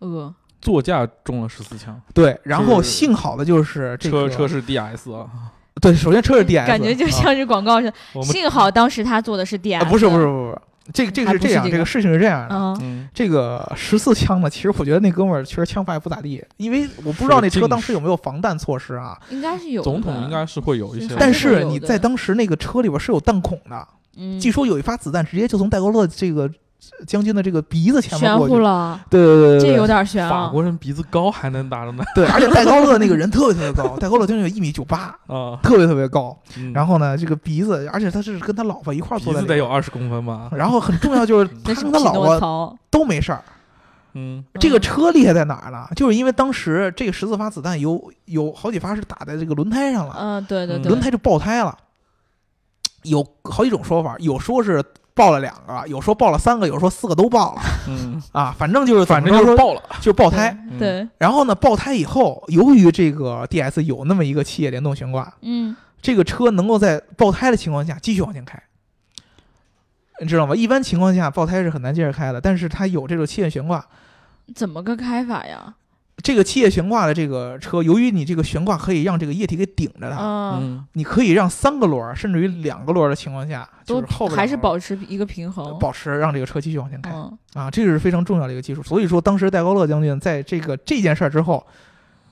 [SPEAKER 1] 呃，
[SPEAKER 3] 座驾中了十四枪，
[SPEAKER 2] 对，然后
[SPEAKER 3] 是
[SPEAKER 2] 幸好的就是这
[SPEAKER 3] 车
[SPEAKER 2] 个
[SPEAKER 3] 车是 DS 啊，
[SPEAKER 2] 对，首先车是 DS，
[SPEAKER 1] 感觉就像是广告似的。
[SPEAKER 3] 我们
[SPEAKER 1] 幸好当时他做的是 D
[SPEAKER 2] 啊
[SPEAKER 1] S，
[SPEAKER 2] 不是不是不是不是，这个这个
[SPEAKER 1] 还
[SPEAKER 2] 是
[SPEAKER 1] 不是
[SPEAKER 2] 这样，
[SPEAKER 1] 这个
[SPEAKER 2] 这个事情是这样的。
[SPEAKER 1] 嗯，
[SPEAKER 3] 嗯，
[SPEAKER 2] 这个十四枪呢，其实我觉得那哥们儿确实枪法也不咋地，因为我不知道那车当时有没有防弹措施啊。
[SPEAKER 1] 应该是有的
[SPEAKER 3] 总统应该是会有一些，
[SPEAKER 2] 但
[SPEAKER 1] 是有
[SPEAKER 2] 是
[SPEAKER 1] 的
[SPEAKER 2] 你在当时那个车里边是有弹孔的，
[SPEAKER 1] 嗯
[SPEAKER 2] 据说有一发子弹直接就从戴高乐这个呃将军的这个鼻子前面
[SPEAKER 1] 玄
[SPEAKER 2] 过去
[SPEAKER 1] 乎，了，
[SPEAKER 2] 对对对对
[SPEAKER 1] 这
[SPEAKER 2] 对，
[SPEAKER 1] 有点悬
[SPEAKER 3] 法
[SPEAKER 1] 啊。
[SPEAKER 3] 国人鼻子高还能打着呢
[SPEAKER 2] 对，而且戴高乐那个人特别特别高，戴高乐将军有一米九八，
[SPEAKER 3] 啊，
[SPEAKER 2] 特别特别高。
[SPEAKER 3] 嗯
[SPEAKER 2] 然后呢，这个鼻子，而且他是跟他老婆一块儿
[SPEAKER 3] 鼻
[SPEAKER 2] 坐在
[SPEAKER 3] 子
[SPEAKER 2] 里
[SPEAKER 3] 得有
[SPEAKER 2] 边。
[SPEAKER 3] 二十公分吧，
[SPEAKER 2] 然后很重 要就是他
[SPEAKER 1] 那是
[SPEAKER 2] 跟他老
[SPEAKER 1] 匹诺
[SPEAKER 2] 婆
[SPEAKER 1] 曹，
[SPEAKER 2] 都没事儿。
[SPEAKER 3] 嗯，
[SPEAKER 1] 嗯
[SPEAKER 2] 这个车厉害在哪儿呢？就是因为当时这个十四发子弹有有好几发是打在这个轮胎上了，
[SPEAKER 1] 嗯，对对对，
[SPEAKER 2] 轮胎就爆胎了。有好几种说法，有说是爆了两个，有说爆了三个，有说四个都爆了
[SPEAKER 3] 嗯，
[SPEAKER 2] 啊。反正就是
[SPEAKER 3] 反正就是
[SPEAKER 2] 爆，
[SPEAKER 3] 爆了，
[SPEAKER 2] 就是爆胎。嗯
[SPEAKER 1] 对对，
[SPEAKER 2] 然后呢，爆胎以后，由于这个 DS 有那么一个气液联动悬挂，
[SPEAKER 1] 嗯，
[SPEAKER 2] 这个车能够在爆胎的情况下继续往前开，你知道吗？一般情况下爆胎是很难接着开的，但是它有这种气液悬挂。
[SPEAKER 1] 怎么个开法呀？
[SPEAKER 2] 这个气液悬挂的这个车，由于你这个悬挂可以让这个液体给顶着它，
[SPEAKER 1] 啊，
[SPEAKER 3] 嗯，
[SPEAKER 2] 你可以让三个轮儿甚至于两个轮儿的情况下，就
[SPEAKER 1] 都
[SPEAKER 2] 是后边
[SPEAKER 1] 还是
[SPEAKER 2] 两个轮
[SPEAKER 1] 保持一个平衡
[SPEAKER 2] 儿。保持让这个车继续往前开
[SPEAKER 1] 嗯，
[SPEAKER 2] 啊，这个是非常重要的一个技术。所以说，当时戴高乐将军在这个这件事儿之后，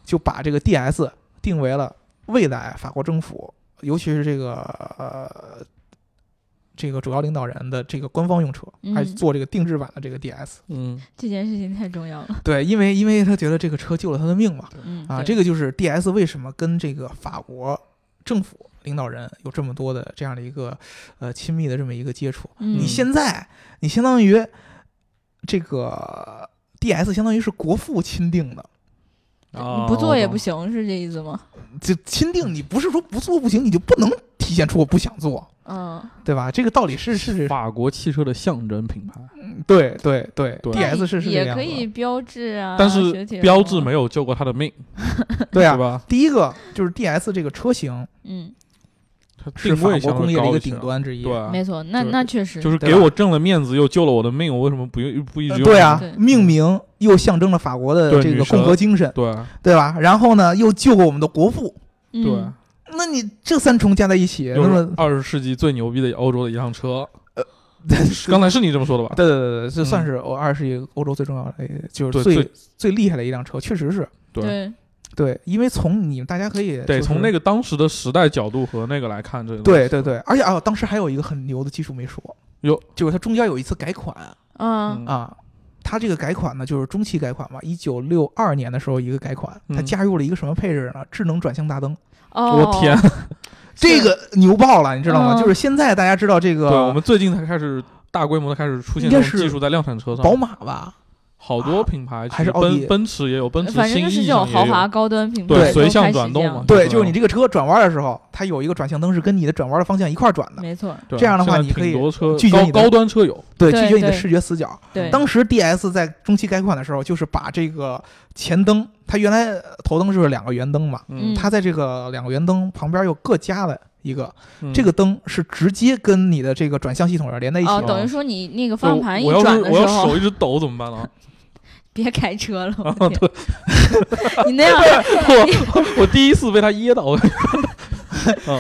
[SPEAKER 2] 就把这个 DS 定为了未来法国政府，尤其是这个呃这个主要领导人的这个官方用车，
[SPEAKER 1] 嗯
[SPEAKER 2] 还做这个定制版的这 个 DS。
[SPEAKER 3] 嗯，
[SPEAKER 1] 这件事情太重要了。
[SPEAKER 2] 对，因为因为他觉得这个车救了他的命嘛。
[SPEAKER 1] 嗯
[SPEAKER 2] 啊，
[SPEAKER 1] 对
[SPEAKER 2] 这个就是 DS 为什么跟这个法国政府领导人有这么多的这样的一个呃亲密的这么一个接触。
[SPEAKER 1] 嗯
[SPEAKER 2] 你现在你相当于这个 DS 相当于是国父亲定的，
[SPEAKER 3] 啊
[SPEAKER 1] 你不做也不
[SPEAKER 3] 行，
[SPEAKER 1] 行，是这意思吗？
[SPEAKER 2] 就亲定你不是说不做不行，你就不能体现出我不想做，
[SPEAKER 1] 嗯，
[SPEAKER 2] 对吧？这个道理是是，
[SPEAKER 3] 法国汽车的象征品牌，
[SPEAKER 2] 对对对
[SPEAKER 3] 对
[SPEAKER 1] 那
[SPEAKER 2] ，DS 是是这
[SPEAKER 1] 也
[SPEAKER 2] 样
[SPEAKER 1] 可
[SPEAKER 2] 子
[SPEAKER 1] 以
[SPEAKER 2] 的，
[SPEAKER 1] 标志啊，
[SPEAKER 3] 但
[SPEAKER 1] 雪
[SPEAKER 3] 是
[SPEAKER 1] 铁
[SPEAKER 3] 标
[SPEAKER 1] 龙
[SPEAKER 3] 志
[SPEAKER 1] 啊
[SPEAKER 3] 没，有救过他的命，
[SPEAKER 2] 对
[SPEAKER 3] 是
[SPEAKER 2] 啊。
[SPEAKER 3] 吧？
[SPEAKER 2] 第一个就是 DS 这个车型
[SPEAKER 1] 嗯，
[SPEAKER 3] 它
[SPEAKER 2] 是
[SPEAKER 3] 定
[SPEAKER 2] 法
[SPEAKER 3] 位
[SPEAKER 2] 国
[SPEAKER 3] 相
[SPEAKER 2] 工
[SPEAKER 3] 对
[SPEAKER 2] 业的
[SPEAKER 3] 高
[SPEAKER 2] 一个
[SPEAKER 3] 些
[SPEAKER 2] 顶，端之一，
[SPEAKER 1] 没
[SPEAKER 3] 对，
[SPEAKER 1] 错，那
[SPEAKER 3] 啊就是
[SPEAKER 1] 那确实
[SPEAKER 3] 就是
[SPEAKER 2] 对
[SPEAKER 3] 给
[SPEAKER 2] 吧
[SPEAKER 3] 我挣了面子又救了我的命，我为什么不用不一直用？
[SPEAKER 2] 对啊
[SPEAKER 1] 呃对，
[SPEAKER 2] 命名又象征了法国的
[SPEAKER 3] 对
[SPEAKER 2] 这
[SPEAKER 3] 女
[SPEAKER 2] 个
[SPEAKER 3] 神
[SPEAKER 2] 共和精神，
[SPEAKER 3] 对啊
[SPEAKER 2] 对吧？然后呢，又救过我们的国父。
[SPEAKER 1] 嗯
[SPEAKER 3] 对，啊
[SPEAKER 2] 那你这三重加在一起，
[SPEAKER 3] 又
[SPEAKER 2] 那
[SPEAKER 3] 是
[SPEAKER 2] 么呃
[SPEAKER 3] 二十世纪最牛逼的欧洲的一辆车，
[SPEAKER 2] 对
[SPEAKER 3] 刚才是你这么说的吧？
[SPEAKER 2] 对对对对，这
[SPEAKER 3] 嗯
[SPEAKER 2] 算是欧二十世纪欧洲最重要的，呃就是
[SPEAKER 3] 对
[SPEAKER 2] 最
[SPEAKER 3] 最
[SPEAKER 2] 最厉害的一辆车，确实是
[SPEAKER 3] 对
[SPEAKER 1] 对，
[SPEAKER 2] 对，因为从你们大家可以
[SPEAKER 3] 对，
[SPEAKER 2] 就是
[SPEAKER 3] 从那个当时的时代角度和那个来看这个东西，
[SPEAKER 2] 对对对，而且啊，当时还有一个很牛的技术没说，
[SPEAKER 3] 哟，
[SPEAKER 2] 就是它中间有一次改款
[SPEAKER 1] 嗯
[SPEAKER 3] 嗯
[SPEAKER 2] 啊。它这个改款呢，就是中期改款嘛，一九六二年的时候一个改款，它
[SPEAKER 3] 嗯
[SPEAKER 2] 加入了一个什么配置呢？智能转向大灯，
[SPEAKER 1] 哦，
[SPEAKER 3] 我天，，
[SPEAKER 2] 这个牛爆了，你知道吗？
[SPEAKER 1] 嗯
[SPEAKER 2] 就是现在大家知道这
[SPEAKER 3] 对我
[SPEAKER 2] 个
[SPEAKER 3] 们最近才开始大规模的开始出现
[SPEAKER 2] 呃应该
[SPEAKER 3] 这
[SPEAKER 2] 是
[SPEAKER 3] 种技术在量产车上，
[SPEAKER 2] 宝马吧，
[SPEAKER 3] 好多品牌，
[SPEAKER 2] 还是奥迪
[SPEAKER 3] 奔奔驰也有，奔驰
[SPEAKER 1] 呃反正
[SPEAKER 3] 新
[SPEAKER 1] 就是
[SPEAKER 3] 意
[SPEAKER 1] 这种
[SPEAKER 3] 上
[SPEAKER 1] 豪
[SPEAKER 3] 也
[SPEAKER 1] 华
[SPEAKER 3] 有，
[SPEAKER 1] 高端品牌
[SPEAKER 3] 对
[SPEAKER 1] 都
[SPEAKER 3] 随向
[SPEAKER 1] 开始
[SPEAKER 3] 转动
[SPEAKER 1] 这样
[SPEAKER 3] 嘛
[SPEAKER 2] 对，
[SPEAKER 3] 嗯
[SPEAKER 2] 就是你这个车转弯的时候，它有一个转向灯是跟你的转弯的方向一块儿转的，
[SPEAKER 1] 没错儿，
[SPEAKER 3] 对
[SPEAKER 2] 这样的话
[SPEAKER 3] 现在
[SPEAKER 2] 你可以
[SPEAKER 3] 挺多车
[SPEAKER 2] 拒绝
[SPEAKER 3] 高
[SPEAKER 2] 你的
[SPEAKER 3] 高端车有，
[SPEAKER 2] 对，
[SPEAKER 1] 对
[SPEAKER 2] 拒绝你的
[SPEAKER 1] 对
[SPEAKER 2] 视觉死角。
[SPEAKER 1] 对，
[SPEAKER 2] 当时 DS 在中期改款的时候，就是把这个前灯，它原来呃头灯就是两个圆灯嘛，
[SPEAKER 1] 嗯
[SPEAKER 2] 它在这个两个圆灯旁边又各加了一个，
[SPEAKER 3] 嗯
[SPEAKER 2] 这个灯是直接跟你的这个转向系统是连在一起
[SPEAKER 1] 哦，
[SPEAKER 2] 的。
[SPEAKER 1] 等于说你那个
[SPEAKER 3] 对
[SPEAKER 1] 方
[SPEAKER 3] 啊
[SPEAKER 1] 向
[SPEAKER 3] 我
[SPEAKER 1] 盘一
[SPEAKER 3] 我要
[SPEAKER 1] 转
[SPEAKER 3] 是
[SPEAKER 1] 的
[SPEAKER 3] 我
[SPEAKER 1] 时
[SPEAKER 3] 要手
[SPEAKER 1] 候，
[SPEAKER 3] 一直抖怎么办呢？
[SPEAKER 1] 别开车了，我的
[SPEAKER 3] 啊
[SPEAKER 1] 天
[SPEAKER 3] 对，
[SPEAKER 1] 你那样
[SPEAKER 3] 我第一次被他噎到，我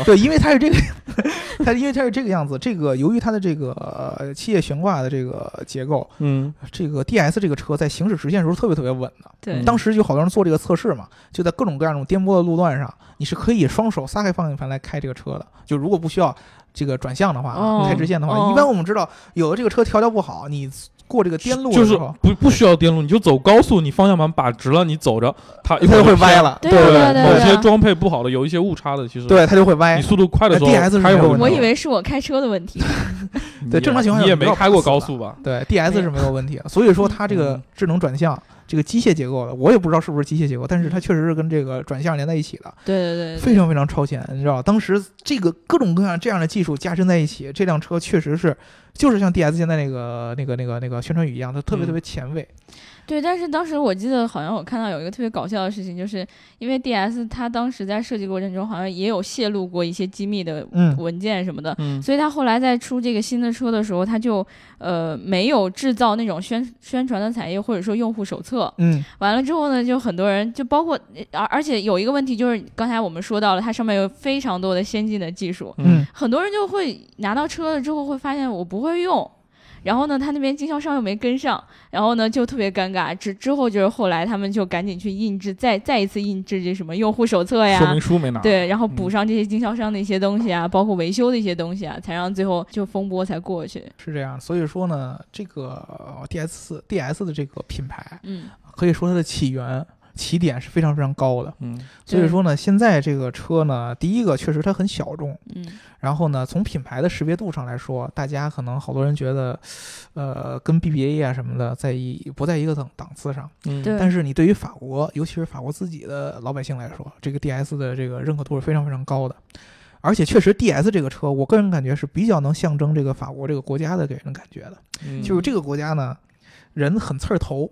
[SPEAKER 2] 对，因为它是这个， 它因为它是这个样子。这个由于它的这个呃气液悬挂的这个结构，
[SPEAKER 3] 嗯
[SPEAKER 2] 这个 DS 这个车在行驶直线的时候特别特别稳的。
[SPEAKER 1] 对
[SPEAKER 3] 嗯
[SPEAKER 2] 当时有好多人做这个测试嘛，就在各种各样的颠簸的路段上，你是可以双手撒开方向盘来开这个车的。就如果不需要这个转向的话，
[SPEAKER 1] 哦
[SPEAKER 2] 开直线的话，
[SPEAKER 1] 哦
[SPEAKER 2] 一般我们知道有的这个车调教不好，你过这个颠路
[SPEAKER 3] 就
[SPEAKER 2] 的
[SPEAKER 3] 是
[SPEAKER 2] 时候，
[SPEAKER 3] 不不需要颠路，你就走高速，你方向盘把直了，你走着它一
[SPEAKER 2] 它
[SPEAKER 3] 儿
[SPEAKER 2] 就会
[SPEAKER 3] 偏
[SPEAKER 2] 歪。了，
[SPEAKER 1] 对
[SPEAKER 2] 对
[SPEAKER 1] 对
[SPEAKER 2] 对
[SPEAKER 1] 对啊
[SPEAKER 3] 某
[SPEAKER 1] 对
[SPEAKER 3] 些装配不好的有一些误差的，其实
[SPEAKER 2] 对，它就会歪
[SPEAKER 3] 你。速度快的时候
[SPEAKER 2] 呃，DS 是
[SPEAKER 3] 它也
[SPEAKER 2] 没有
[SPEAKER 3] 会
[SPEAKER 2] 问题
[SPEAKER 1] 我
[SPEAKER 3] 歪
[SPEAKER 1] 以为是我开车的问题。
[SPEAKER 3] 你
[SPEAKER 2] 对正常情况下
[SPEAKER 3] 你也
[SPEAKER 2] 我们不
[SPEAKER 3] 没
[SPEAKER 2] 要
[SPEAKER 3] 开过
[SPEAKER 2] 碰
[SPEAKER 3] 高
[SPEAKER 2] 死
[SPEAKER 3] 速吧？
[SPEAKER 2] 对，DS 是没有问题的，所以说它这个智能转向，这个机械结构的，我也不知道是不是机械结构，但是它确实是跟这个转向连在一起的，
[SPEAKER 1] 对对对对，
[SPEAKER 2] 非常非常超前，你知道吧？当时这个各种各样这样的技术加深在一起，这辆车确实是就是像 DS 现在那个那个那个那个宣传语一样，它特别
[SPEAKER 3] 嗯
[SPEAKER 2] 特别前卫。
[SPEAKER 1] 对，但是当时我记得好像我看到有一个特别搞笑的事情，就是因为 DS 它当时在设计过程中好像也有泄露过一些机密的
[SPEAKER 2] 嗯
[SPEAKER 1] 文件什么的，
[SPEAKER 3] 嗯
[SPEAKER 1] 所以它后来在出这个新的车的时候，它就呃没有制造那种宣宣传的彩页或者说用户手册。
[SPEAKER 2] 嗯，
[SPEAKER 1] 完了之后呢，就很多人就包括呃而而且有一个问题就是刚才我们说到了，它上面有非常多的先进的技术，
[SPEAKER 2] 嗯，
[SPEAKER 1] 很多人就会拿到车了之后会发现我不会用，然后呢，他那边经销商又没跟上，然后呢就特别尴尬。之之后就是后来他们就赶紧去印制，再再一次印制这什么用户手册
[SPEAKER 3] 说
[SPEAKER 1] 呀
[SPEAKER 3] 明，书没拿。
[SPEAKER 1] 对，
[SPEAKER 2] 嗯
[SPEAKER 1] 然后补上这些经销商的一些东西啊，包括维修的一些东西啊，才让最后就风波才过去。
[SPEAKER 2] 是这样。所以说呢，这个 DS DS 的这个品牌，
[SPEAKER 1] 嗯，
[SPEAKER 2] 可以说它的起源起点是非常非常高的。
[SPEAKER 3] 嗯，
[SPEAKER 2] 所以
[SPEAKER 1] 对
[SPEAKER 2] 说呢，现在这个车呢，第一个确实它很小众。
[SPEAKER 1] 嗯，
[SPEAKER 2] 然后呢，从品牌的识别度上来说，大家可能好多人觉得，呃，跟 BBA 啊什么的在一不在一个档档次上。
[SPEAKER 3] 嗯
[SPEAKER 1] 对
[SPEAKER 2] 但是你对于法国，尤其是法国自己的老百姓来说，这个 DS 的这个认可度是非常非常高的。而且确实，DS 这个车，我个人感觉是比较能象征这个法国这个国家的给人的感觉的。
[SPEAKER 3] 嗯
[SPEAKER 2] 就是这个国家呢，人很刺儿头，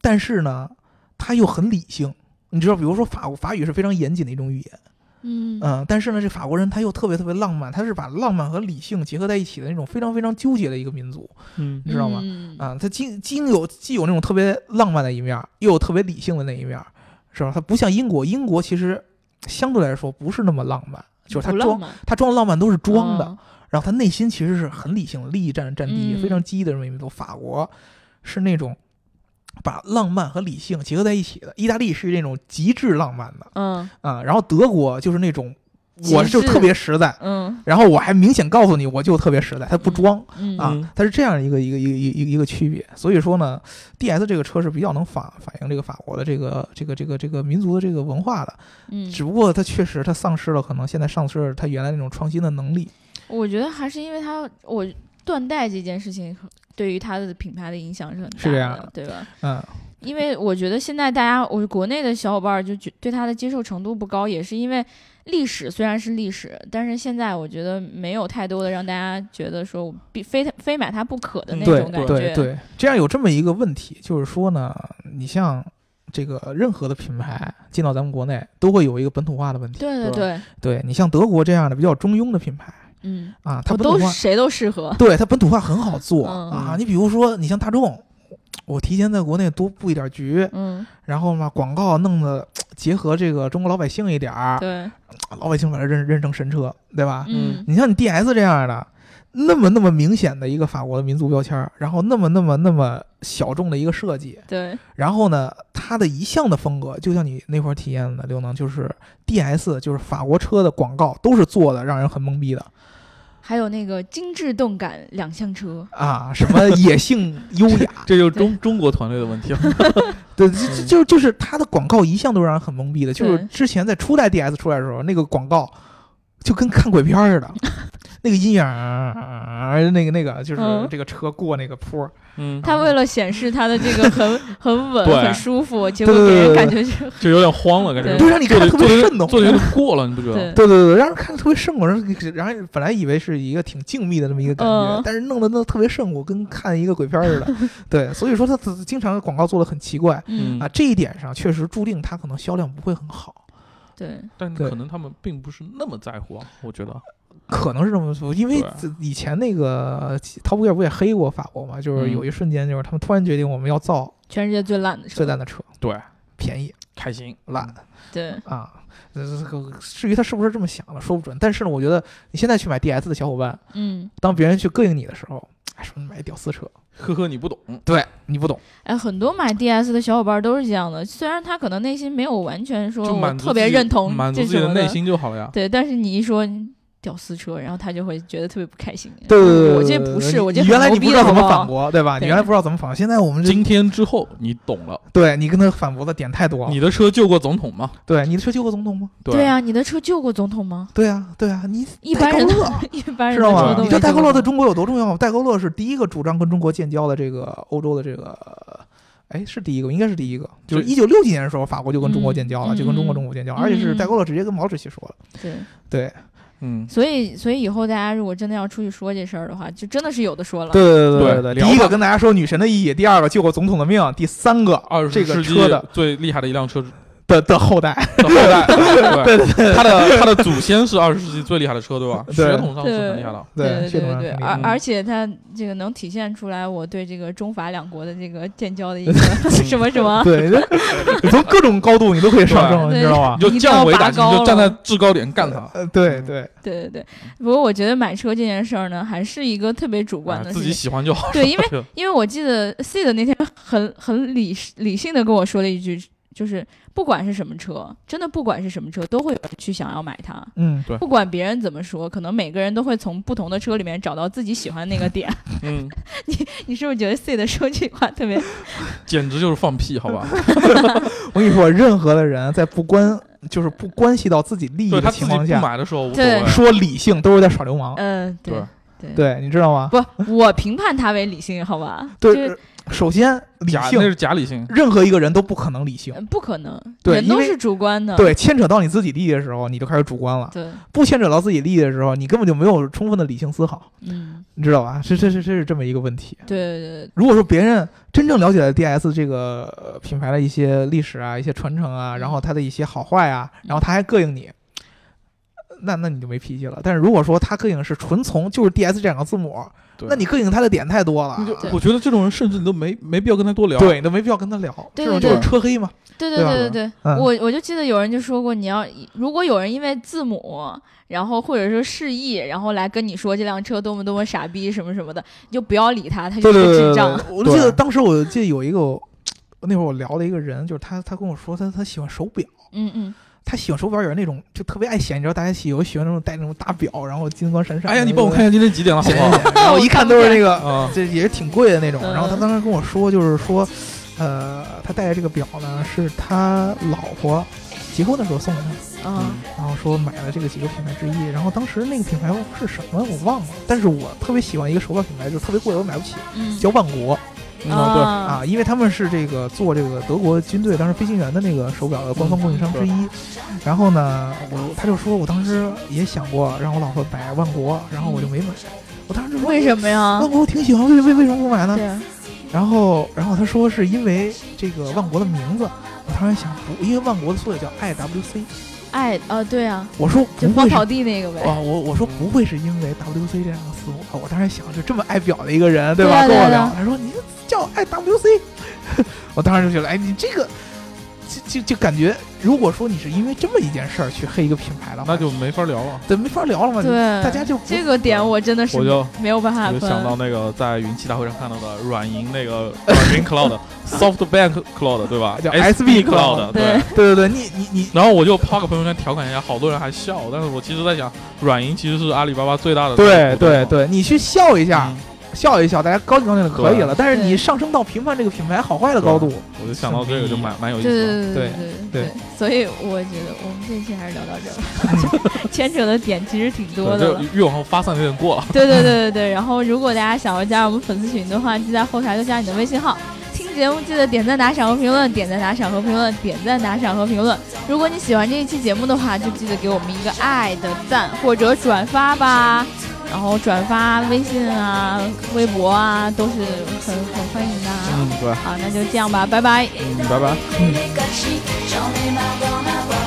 [SPEAKER 2] 但是呢，他又很理性。你知道，比如说法法语是非常严谨的一种语言。
[SPEAKER 1] 嗯
[SPEAKER 2] 嗯，但是呢，这法国人他又特别特别浪漫，他是把浪漫和理性结合在一起的那种非常非常纠结的一个民族
[SPEAKER 3] 嗯
[SPEAKER 2] 你知道吗
[SPEAKER 1] 嗯
[SPEAKER 2] 啊。他既既有既有那种特别浪漫的一面儿，又有特别理性的那一面儿，是吧？他不像英国，英国其实相对来说不是那么浪漫，就是他
[SPEAKER 1] 不浪
[SPEAKER 2] 装
[SPEAKER 1] 漫
[SPEAKER 2] 他装浪漫都是装的，
[SPEAKER 1] 哦
[SPEAKER 2] 然后他内心其实是很理性的，利益占占第一，
[SPEAKER 1] 嗯
[SPEAKER 2] 非常积极的这么一个民族。法国是那种把浪漫和理性结合在一起的，意大利是那种极致浪漫的。
[SPEAKER 1] 嗯
[SPEAKER 2] 啊、然后德国就是那种
[SPEAKER 1] 极
[SPEAKER 2] 我就
[SPEAKER 1] 致
[SPEAKER 2] 特别实在，
[SPEAKER 1] 嗯
[SPEAKER 2] 然后我还明显告诉你我就特别实在，它不装
[SPEAKER 1] 嗯
[SPEAKER 2] 啊
[SPEAKER 3] 嗯，
[SPEAKER 2] 它是这样一个一个一个一个一个一个区别。所以说呢，DS 这个车是比较能反反映这个法国的这个这个这个这个民族的这个文化的，
[SPEAKER 1] 嗯
[SPEAKER 2] 只不过它确实它丧失了可能现在丧失了它原来那种创新的能力。
[SPEAKER 1] 我觉得还是因为它，我断代这件事情对于它的品牌的影响是很大的，
[SPEAKER 2] 是这样的
[SPEAKER 1] 对吧？
[SPEAKER 2] 嗯，
[SPEAKER 1] 因为我觉得现在大家，我国内的小伙伴儿就觉对它的接受程度不高，也是因为历史虽然是历史，但是现在我觉得没有太多的让大家觉得说我必非非买它不可的那
[SPEAKER 2] 对
[SPEAKER 1] 种感觉。
[SPEAKER 2] 对对，这样有这么一个问题，就是说呢，你像。这个任何的品牌进到咱们国内，都会有一个本土化的问题。
[SPEAKER 1] 对对
[SPEAKER 3] 对
[SPEAKER 1] 对
[SPEAKER 2] 对你像德国这样的比较中庸的品牌
[SPEAKER 1] 嗯，
[SPEAKER 2] 啊，它
[SPEAKER 1] 我
[SPEAKER 2] 本土
[SPEAKER 1] 都
[SPEAKER 2] 化
[SPEAKER 1] 谁都适合。
[SPEAKER 2] 对它本土化很好做、
[SPEAKER 1] 嗯
[SPEAKER 2] 啊。你比如说，你像大众，我提前在国内多布一点局，
[SPEAKER 1] 嗯，
[SPEAKER 2] 然后嘛，广告弄得结合这个中国老百姓一点儿，
[SPEAKER 1] 对，
[SPEAKER 2] 老百姓把它认认成神车，对吧？
[SPEAKER 1] 嗯
[SPEAKER 2] 你像你 DS 这样的，那么那么明显的一个法国的民族标签儿，然后那么那么那么小众的一个设计，
[SPEAKER 1] 对，
[SPEAKER 2] 然后呢，它的一向的风格，就像你那会儿体验的刘能，就是 DS 就是法国车的广告都是做的让人很懵逼的。
[SPEAKER 1] 还有那个精致动感两厢车，
[SPEAKER 2] 啊，什么野性 优雅，
[SPEAKER 3] 这就是中中国团队的问题了。
[SPEAKER 2] 对，就就就就是它的广告一向都让人很懵逼的，就是
[SPEAKER 1] 对
[SPEAKER 2] 之前在初代 DS 出来的时候，那个广告就跟看鬼片儿 似的，那个阴影儿，那个那个就是
[SPEAKER 1] 嗯
[SPEAKER 2] 这个车过那个坡儿，
[SPEAKER 3] 嗯，
[SPEAKER 1] 它为了显示它的这 个很很稳、
[SPEAKER 3] 对
[SPEAKER 1] 很舒服，结果
[SPEAKER 2] 对
[SPEAKER 1] 给
[SPEAKER 2] 对对
[SPEAKER 1] 人
[SPEAKER 2] 对
[SPEAKER 1] 感觉是
[SPEAKER 3] 这有点慌了，感觉
[SPEAKER 1] 对
[SPEAKER 2] 就让你
[SPEAKER 3] 做
[SPEAKER 2] 看
[SPEAKER 3] 的
[SPEAKER 2] 着特别
[SPEAKER 3] 做得
[SPEAKER 2] 瘆得慌
[SPEAKER 3] 做的有点过了，你不觉得？
[SPEAKER 1] 对，
[SPEAKER 2] 对对对，让人看着特别瘆乎，然后然后本来以为是一个挺静谧的这么一个感觉，
[SPEAKER 1] 嗯
[SPEAKER 2] 但是弄得那特别瘆乎，跟看一个鬼片儿 似的，对，所以说它经常广告做的很奇怪
[SPEAKER 1] 嗯
[SPEAKER 3] 嗯，
[SPEAKER 2] 啊，这一点上确实注定它可能销量不会很好。
[SPEAKER 1] 对，
[SPEAKER 3] 但
[SPEAKER 2] 对
[SPEAKER 3] 可能他们并不是那么在乎啊，我觉得。
[SPEAKER 2] 可能是这么说，因为
[SPEAKER 3] 对
[SPEAKER 2] 自以嗯前那个 Top Gear 不也黑过法国嘛？就是有一瞬间，就是他们突然决定我们要造
[SPEAKER 1] 全世界最烂的车，
[SPEAKER 2] 最烂的车，
[SPEAKER 3] 对，
[SPEAKER 2] 便宜
[SPEAKER 3] 开心
[SPEAKER 2] 烂
[SPEAKER 1] 对，
[SPEAKER 2] 啊。这这个至于他是不是这么想的，说不准。但是呢，我觉得你现在去买 DS 的小伙伴，
[SPEAKER 1] 嗯，
[SPEAKER 2] 当别人去膈应你的时候，哎，说你买屌丝车，
[SPEAKER 3] 呵呵，你不懂，
[SPEAKER 2] 对你不懂，
[SPEAKER 1] 哎，很多买 DS 的小伙伴都是这样的，虽然他可能内心没有完全说
[SPEAKER 3] 就
[SPEAKER 1] 嗯我
[SPEAKER 3] 满足
[SPEAKER 1] 特别
[SPEAKER 3] 自己
[SPEAKER 1] 认同
[SPEAKER 3] 满足
[SPEAKER 1] 这
[SPEAKER 3] 自己
[SPEAKER 1] 什
[SPEAKER 3] 的
[SPEAKER 1] 么
[SPEAKER 3] 内，心就好了呀。
[SPEAKER 1] 对，但是你一说屌丝车，然后他就会觉得特别不开心。嗯
[SPEAKER 2] 对对对，
[SPEAKER 1] 我
[SPEAKER 2] 对
[SPEAKER 1] 这
[SPEAKER 2] 对
[SPEAKER 1] 不
[SPEAKER 2] 对
[SPEAKER 1] 是，我这
[SPEAKER 2] 你
[SPEAKER 1] 很
[SPEAKER 2] 原来
[SPEAKER 1] 牛
[SPEAKER 2] 你不
[SPEAKER 1] 逼
[SPEAKER 2] 知道
[SPEAKER 1] 好
[SPEAKER 2] 怎么
[SPEAKER 1] 不好
[SPEAKER 2] 反驳，对吧？你
[SPEAKER 1] 对
[SPEAKER 2] 原来不知道怎么反驳，现在我们这
[SPEAKER 3] 今天之后你懂了，
[SPEAKER 2] 对你跟他反驳的点太多了
[SPEAKER 3] 你。的车救过总统吗？
[SPEAKER 2] 对，你的车救过总统吗？
[SPEAKER 1] 对，啊，你的车救过总统吗？
[SPEAKER 2] 对啊，对啊，你
[SPEAKER 1] 一般
[SPEAKER 2] 代
[SPEAKER 1] 人
[SPEAKER 2] 购
[SPEAKER 1] 的
[SPEAKER 2] 乐
[SPEAKER 1] 一般人
[SPEAKER 2] 知
[SPEAKER 1] 的
[SPEAKER 2] 道
[SPEAKER 1] 车
[SPEAKER 2] 吗？
[SPEAKER 1] 都
[SPEAKER 2] 你
[SPEAKER 1] 没
[SPEAKER 2] 知道代购乐
[SPEAKER 1] 救过
[SPEAKER 2] 对中国有多重要吗？代购乐是第一个主张跟中国建交的这个欧洲的这个，哎，是第一个，应该是第一个，就是
[SPEAKER 3] 对
[SPEAKER 2] 一九六几年的时候，法国就跟中国建交了，
[SPEAKER 1] 嗯
[SPEAKER 2] 就跟中国
[SPEAKER 1] 嗯
[SPEAKER 2] 中国建交，
[SPEAKER 1] 嗯
[SPEAKER 2] 而且是代购乐直接跟毛主席说了，
[SPEAKER 1] 对，
[SPEAKER 2] 对
[SPEAKER 3] 嗯，
[SPEAKER 1] 所以所以以后大家如果真的要出去说这事儿的话，就真的是有的说了。
[SPEAKER 2] 对对
[SPEAKER 3] 对
[SPEAKER 2] 对，
[SPEAKER 3] 聊
[SPEAKER 2] 第一个
[SPEAKER 3] 吧
[SPEAKER 2] 跟大家说女神的意义，第二个救过总统的命，第三个
[SPEAKER 3] 二
[SPEAKER 2] 这个
[SPEAKER 3] 十世纪
[SPEAKER 2] 车的
[SPEAKER 3] 最厉害的一 辆车的
[SPEAKER 2] 的的 后代，
[SPEAKER 3] 后代，对对对，他的他的祖先是二十世纪最厉害的车，对吧？
[SPEAKER 2] 对
[SPEAKER 3] 血统上是很厉害的，
[SPEAKER 1] 对
[SPEAKER 2] 这
[SPEAKER 1] 对对
[SPEAKER 2] 种人
[SPEAKER 1] 对，
[SPEAKER 2] 肯定
[SPEAKER 1] 而
[SPEAKER 3] 嗯
[SPEAKER 1] 而且它这个能体现出来我对这个中法两国的这个建交 的一个 什么什么，
[SPEAKER 3] 嗯
[SPEAKER 2] 对，你从各种高度你都可以上升，
[SPEAKER 1] 对
[SPEAKER 2] 你知道吗
[SPEAKER 3] 你？就
[SPEAKER 1] 一定要
[SPEAKER 3] 降维打
[SPEAKER 1] 拔
[SPEAKER 3] 击，
[SPEAKER 1] 高
[SPEAKER 3] 你就站在
[SPEAKER 1] 了
[SPEAKER 3] 制高点干他，
[SPEAKER 2] 呃，
[SPEAKER 1] 嗯
[SPEAKER 2] 对对，
[SPEAKER 1] 对对对。不过我觉得买车这件事儿呢，还是一个特别主观
[SPEAKER 3] 哎
[SPEAKER 1] 的
[SPEAKER 3] 自
[SPEAKER 1] 事
[SPEAKER 3] 己
[SPEAKER 1] 情。
[SPEAKER 3] 喜欢就好。
[SPEAKER 1] 对，因为因为我记得 C 的那天很很理理性的跟我说了一句，就是不管是什么车，真的不管是什么车，都会有人去想要买它。
[SPEAKER 2] 嗯，
[SPEAKER 3] 对
[SPEAKER 1] 不管别人怎么说，可能每个人都会从不同的车里面找到自己喜欢的那个点。
[SPEAKER 3] 嗯，
[SPEAKER 1] 你是不是觉得 C 的说这句话特别
[SPEAKER 3] 哦简直就是放屁，好吧？
[SPEAKER 2] 我跟你说，任何的人在不关就是不关系到自己利益
[SPEAKER 3] 对
[SPEAKER 2] 的
[SPEAKER 3] 他自
[SPEAKER 2] 情
[SPEAKER 3] 己不
[SPEAKER 2] 况下，
[SPEAKER 3] 买的时候无所
[SPEAKER 1] 对
[SPEAKER 3] 谓，
[SPEAKER 2] 说理性都是在耍流氓。
[SPEAKER 1] 嗯、对
[SPEAKER 3] 对
[SPEAKER 2] 对，你知道吗？
[SPEAKER 1] 不，我评判他为理性，好吧？
[SPEAKER 2] 对
[SPEAKER 1] 就是，
[SPEAKER 2] 呃首先理
[SPEAKER 3] 假那
[SPEAKER 2] 性，
[SPEAKER 3] 是假理性，
[SPEAKER 2] 任何一个人都不可能理性。
[SPEAKER 1] 呃不可能，
[SPEAKER 2] 对
[SPEAKER 1] 人
[SPEAKER 2] 因
[SPEAKER 1] 都
[SPEAKER 2] 为
[SPEAKER 1] 是主观的，
[SPEAKER 2] 对，牵扯到你自己利益的时候，你就开始主观了；
[SPEAKER 1] 对，
[SPEAKER 2] 不牵扯到自己利益的时候，你根本就没有充分的理性思考，
[SPEAKER 1] 嗯，
[SPEAKER 2] 你知道吧？是这是这是这么一个问题。
[SPEAKER 1] 对对对
[SPEAKER 2] 如果说别人真正了解了 DS 这个呃品牌的一些历史啊、一些传承啊，
[SPEAKER 1] 嗯
[SPEAKER 2] 然后它的一些好坏啊，然后他还膈应你，那那你就没脾气了。但是如果说他膈应是纯从就是 DS 这两个字母，
[SPEAKER 3] 对
[SPEAKER 2] 那你膈应他的点太多了，
[SPEAKER 1] 对
[SPEAKER 3] 我觉得这种人甚至你都没没必要跟他多聊。
[SPEAKER 2] 对，你都没必要跟他聊。
[SPEAKER 1] 对
[SPEAKER 2] 这种
[SPEAKER 1] 对
[SPEAKER 2] 就是
[SPEAKER 1] 对
[SPEAKER 2] 车黑嘛。
[SPEAKER 1] 对
[SPEAKER 2] 对吧
[SPEAKER 1] 对对对，
[SPEAKER 2] 嗯
[SPEAKER 1] 我我就记得有人就说过，你要如果有人因为字母，然后或者说示意，然后来跟你说这辆车多么多么傻逼什么什么的，你就不要理他，他就是个智障。
[SPEAKER 2] 我记得
[SPEAKER 3] 对
[SPEAKER 2] 当时我记得有一个，我那会儿我聊了一个人，就是他，他跟我说他他喜欢手表。
[SPEAKER 1] 嗯嗯，
[SPEAKER 2] 他喜欢手表，有人那种就特别爱显，你知道，大家喜有喜欢那种戴那种大表，然后金光闪闪。
[SPEAKER 3] 哎呀，你帮我看一，下今天几点了，好
[SPEAKER 2] 显
[SPEAKER 3] 不
[SPEAKER 2] 眼
[SPEAKER 3] 好？
[SPEAKER 2] 显眼。然后一看都是那个
[SPEAKER 3] 啊，
[SPEAKER 2] 这也是挺贵的那种。
[SPEAKER 1] 嗯
[SPEAKER 2] 然后他当时跟我说，就是说，呃，他戴的这个表呢，是他老婆结婚的时候送给他，
[SPEAKER 3] 嗯
[SPEAKER 1] 啊
[SPEAKER 2] 然后说买了这个几个品牌之一。然后当时那个品牌是什么我忘了，但是我特别喜欢一个手表品牌，就是特别贵我买不起，
[SPEAKER 1] 嗯
[SPEAKER 2] 叫万国
[SPEAKER 3] 嗯对，
[SPEAKER 1] 啊
[SPEAKER 2] 啊，因为他们是这个做这个德国军队当时飞行员的那个手表的官方供应商之
[SPEAKER 1] 嗯
[SPEAKER 2] 一。然后呢，我他就说我当时也想过让我老婆买万国，然后我就没买。我当时就说
[SPEAKER 1] 为什么呀
[SPEAKER 2] 万？国我挺喜欢，为为为什么不买呢？
[SPEAKER 1] 对，啊
[SPEAKER 2] 然后，然后他说是因为这个万国的名字，我当时想不，因为万国的缩写叫 IWC，
[SPEAKER 1] 爱啊，对啊，
[SPEAKER 2] 我说
[SPEAKER 1] 就
[SPEAKER 2] 不
[SPEAKER 1] 荒
[SPEAKER 2] 会是
[SPEAKER 1] 草
[SPEAKER 2] 啊，
[SPEAKER 1] 地那个呗。
[SPEAKER 2] 我我说不会是因为 WC 这两个字母吧，我当时想就这么爱表的一个人，对吧？
[SPEAKER 1] 对啊对
[SPEAKER 2] 跟我
[SPEAKER 1] 啊
[SPEAKER 2] 聊，
[SPEAKER 1] 对啊
[SPEAKER 2] 他说你叫 IWC，我当时就觉得，哎，你这个。就就就感觉，如果说你是因为这么一件事儿去黑一个品牌的话，
[SPEAKER 3] 那就没法聊了。
[SPEAKER 2] 对没法聊了嘛。
[SPEAKER 1] 对，
[SPEAKER 2] 大家就不
[SPEAKER 1] 这个点我真的是啊
[SPEAKER 3] 我就
[SPEAKER 1] 没有办法
[SPEAKER 3] 我就
[SPEAKER 1] 分。
[SPEAKER 3] 想到那个在云栖大会上看到的软银那个 软银 Cloud、SoftBank Cloud 对吧？
[SPEAKER 2] 叫 SB
[SPEAKER 3] SB
[SPEAKER 2] Cloud
[SPEAKER 3] Cloud
[SPEAKER 1] 对
[SPEAKER 3] 对。
[SPEAKER 2] 对对对，你你你
[SPEAKER 3] 然后我就抛个朋友圈调侃一下，好多人还笑，但是我其实在想，软银其实是阿里巴巴最大的嗯
[SPEAKER 2] 对
[SPEAKER 3] 股东
[SPEAKER 2] 对对，你去笑一下，
[SPEAKER 3] 嗯
[SPEAKER 2] 笑一笑，大家高兴高兴就可以了。但是
[SPEAKER 1] 对
[SPEAKER 2] 你上升到评判这个品牌好坏的高度，
[SPEAKER 3] 我就想到这个就蛮蛮有意
[SPEAKER 1] 对
[SPEAKER 3] 思
[SPEAKER 1] 对
[SPEAKER 3] 的。
[SPEAKER 1] 对对对，所以我觉得我们这期还是聊到这儿吧， 就牵扯的点其实挺多的
[SPEAKER 3] 对
[SPEAKER 1] 了。
[SPEAKER 3] 这越往后发散有点过了。
[SPEAKER 1] 对对对对对。然后，如果大家想要加入我们粉丝群的话，记得在后台就加你的微信号。听节目记得点赞、打赏和评论，点赞、打赏和评论，点赞、打赏和评论。如果你喜欢这一期节目的话，就记得给我们一个爱的赞或者转发吧。然后转发微信啊、微博啊，都是很很欢迎的啊。
[SPEAKER 3] 嗯，对，
[SPEAKER 1] 好，那就这样吧，拜拜。
[SPEAKER 3] 嗯，拜拜。
[SPEAKER 4] 没关系，少年吧，我吧，我吧。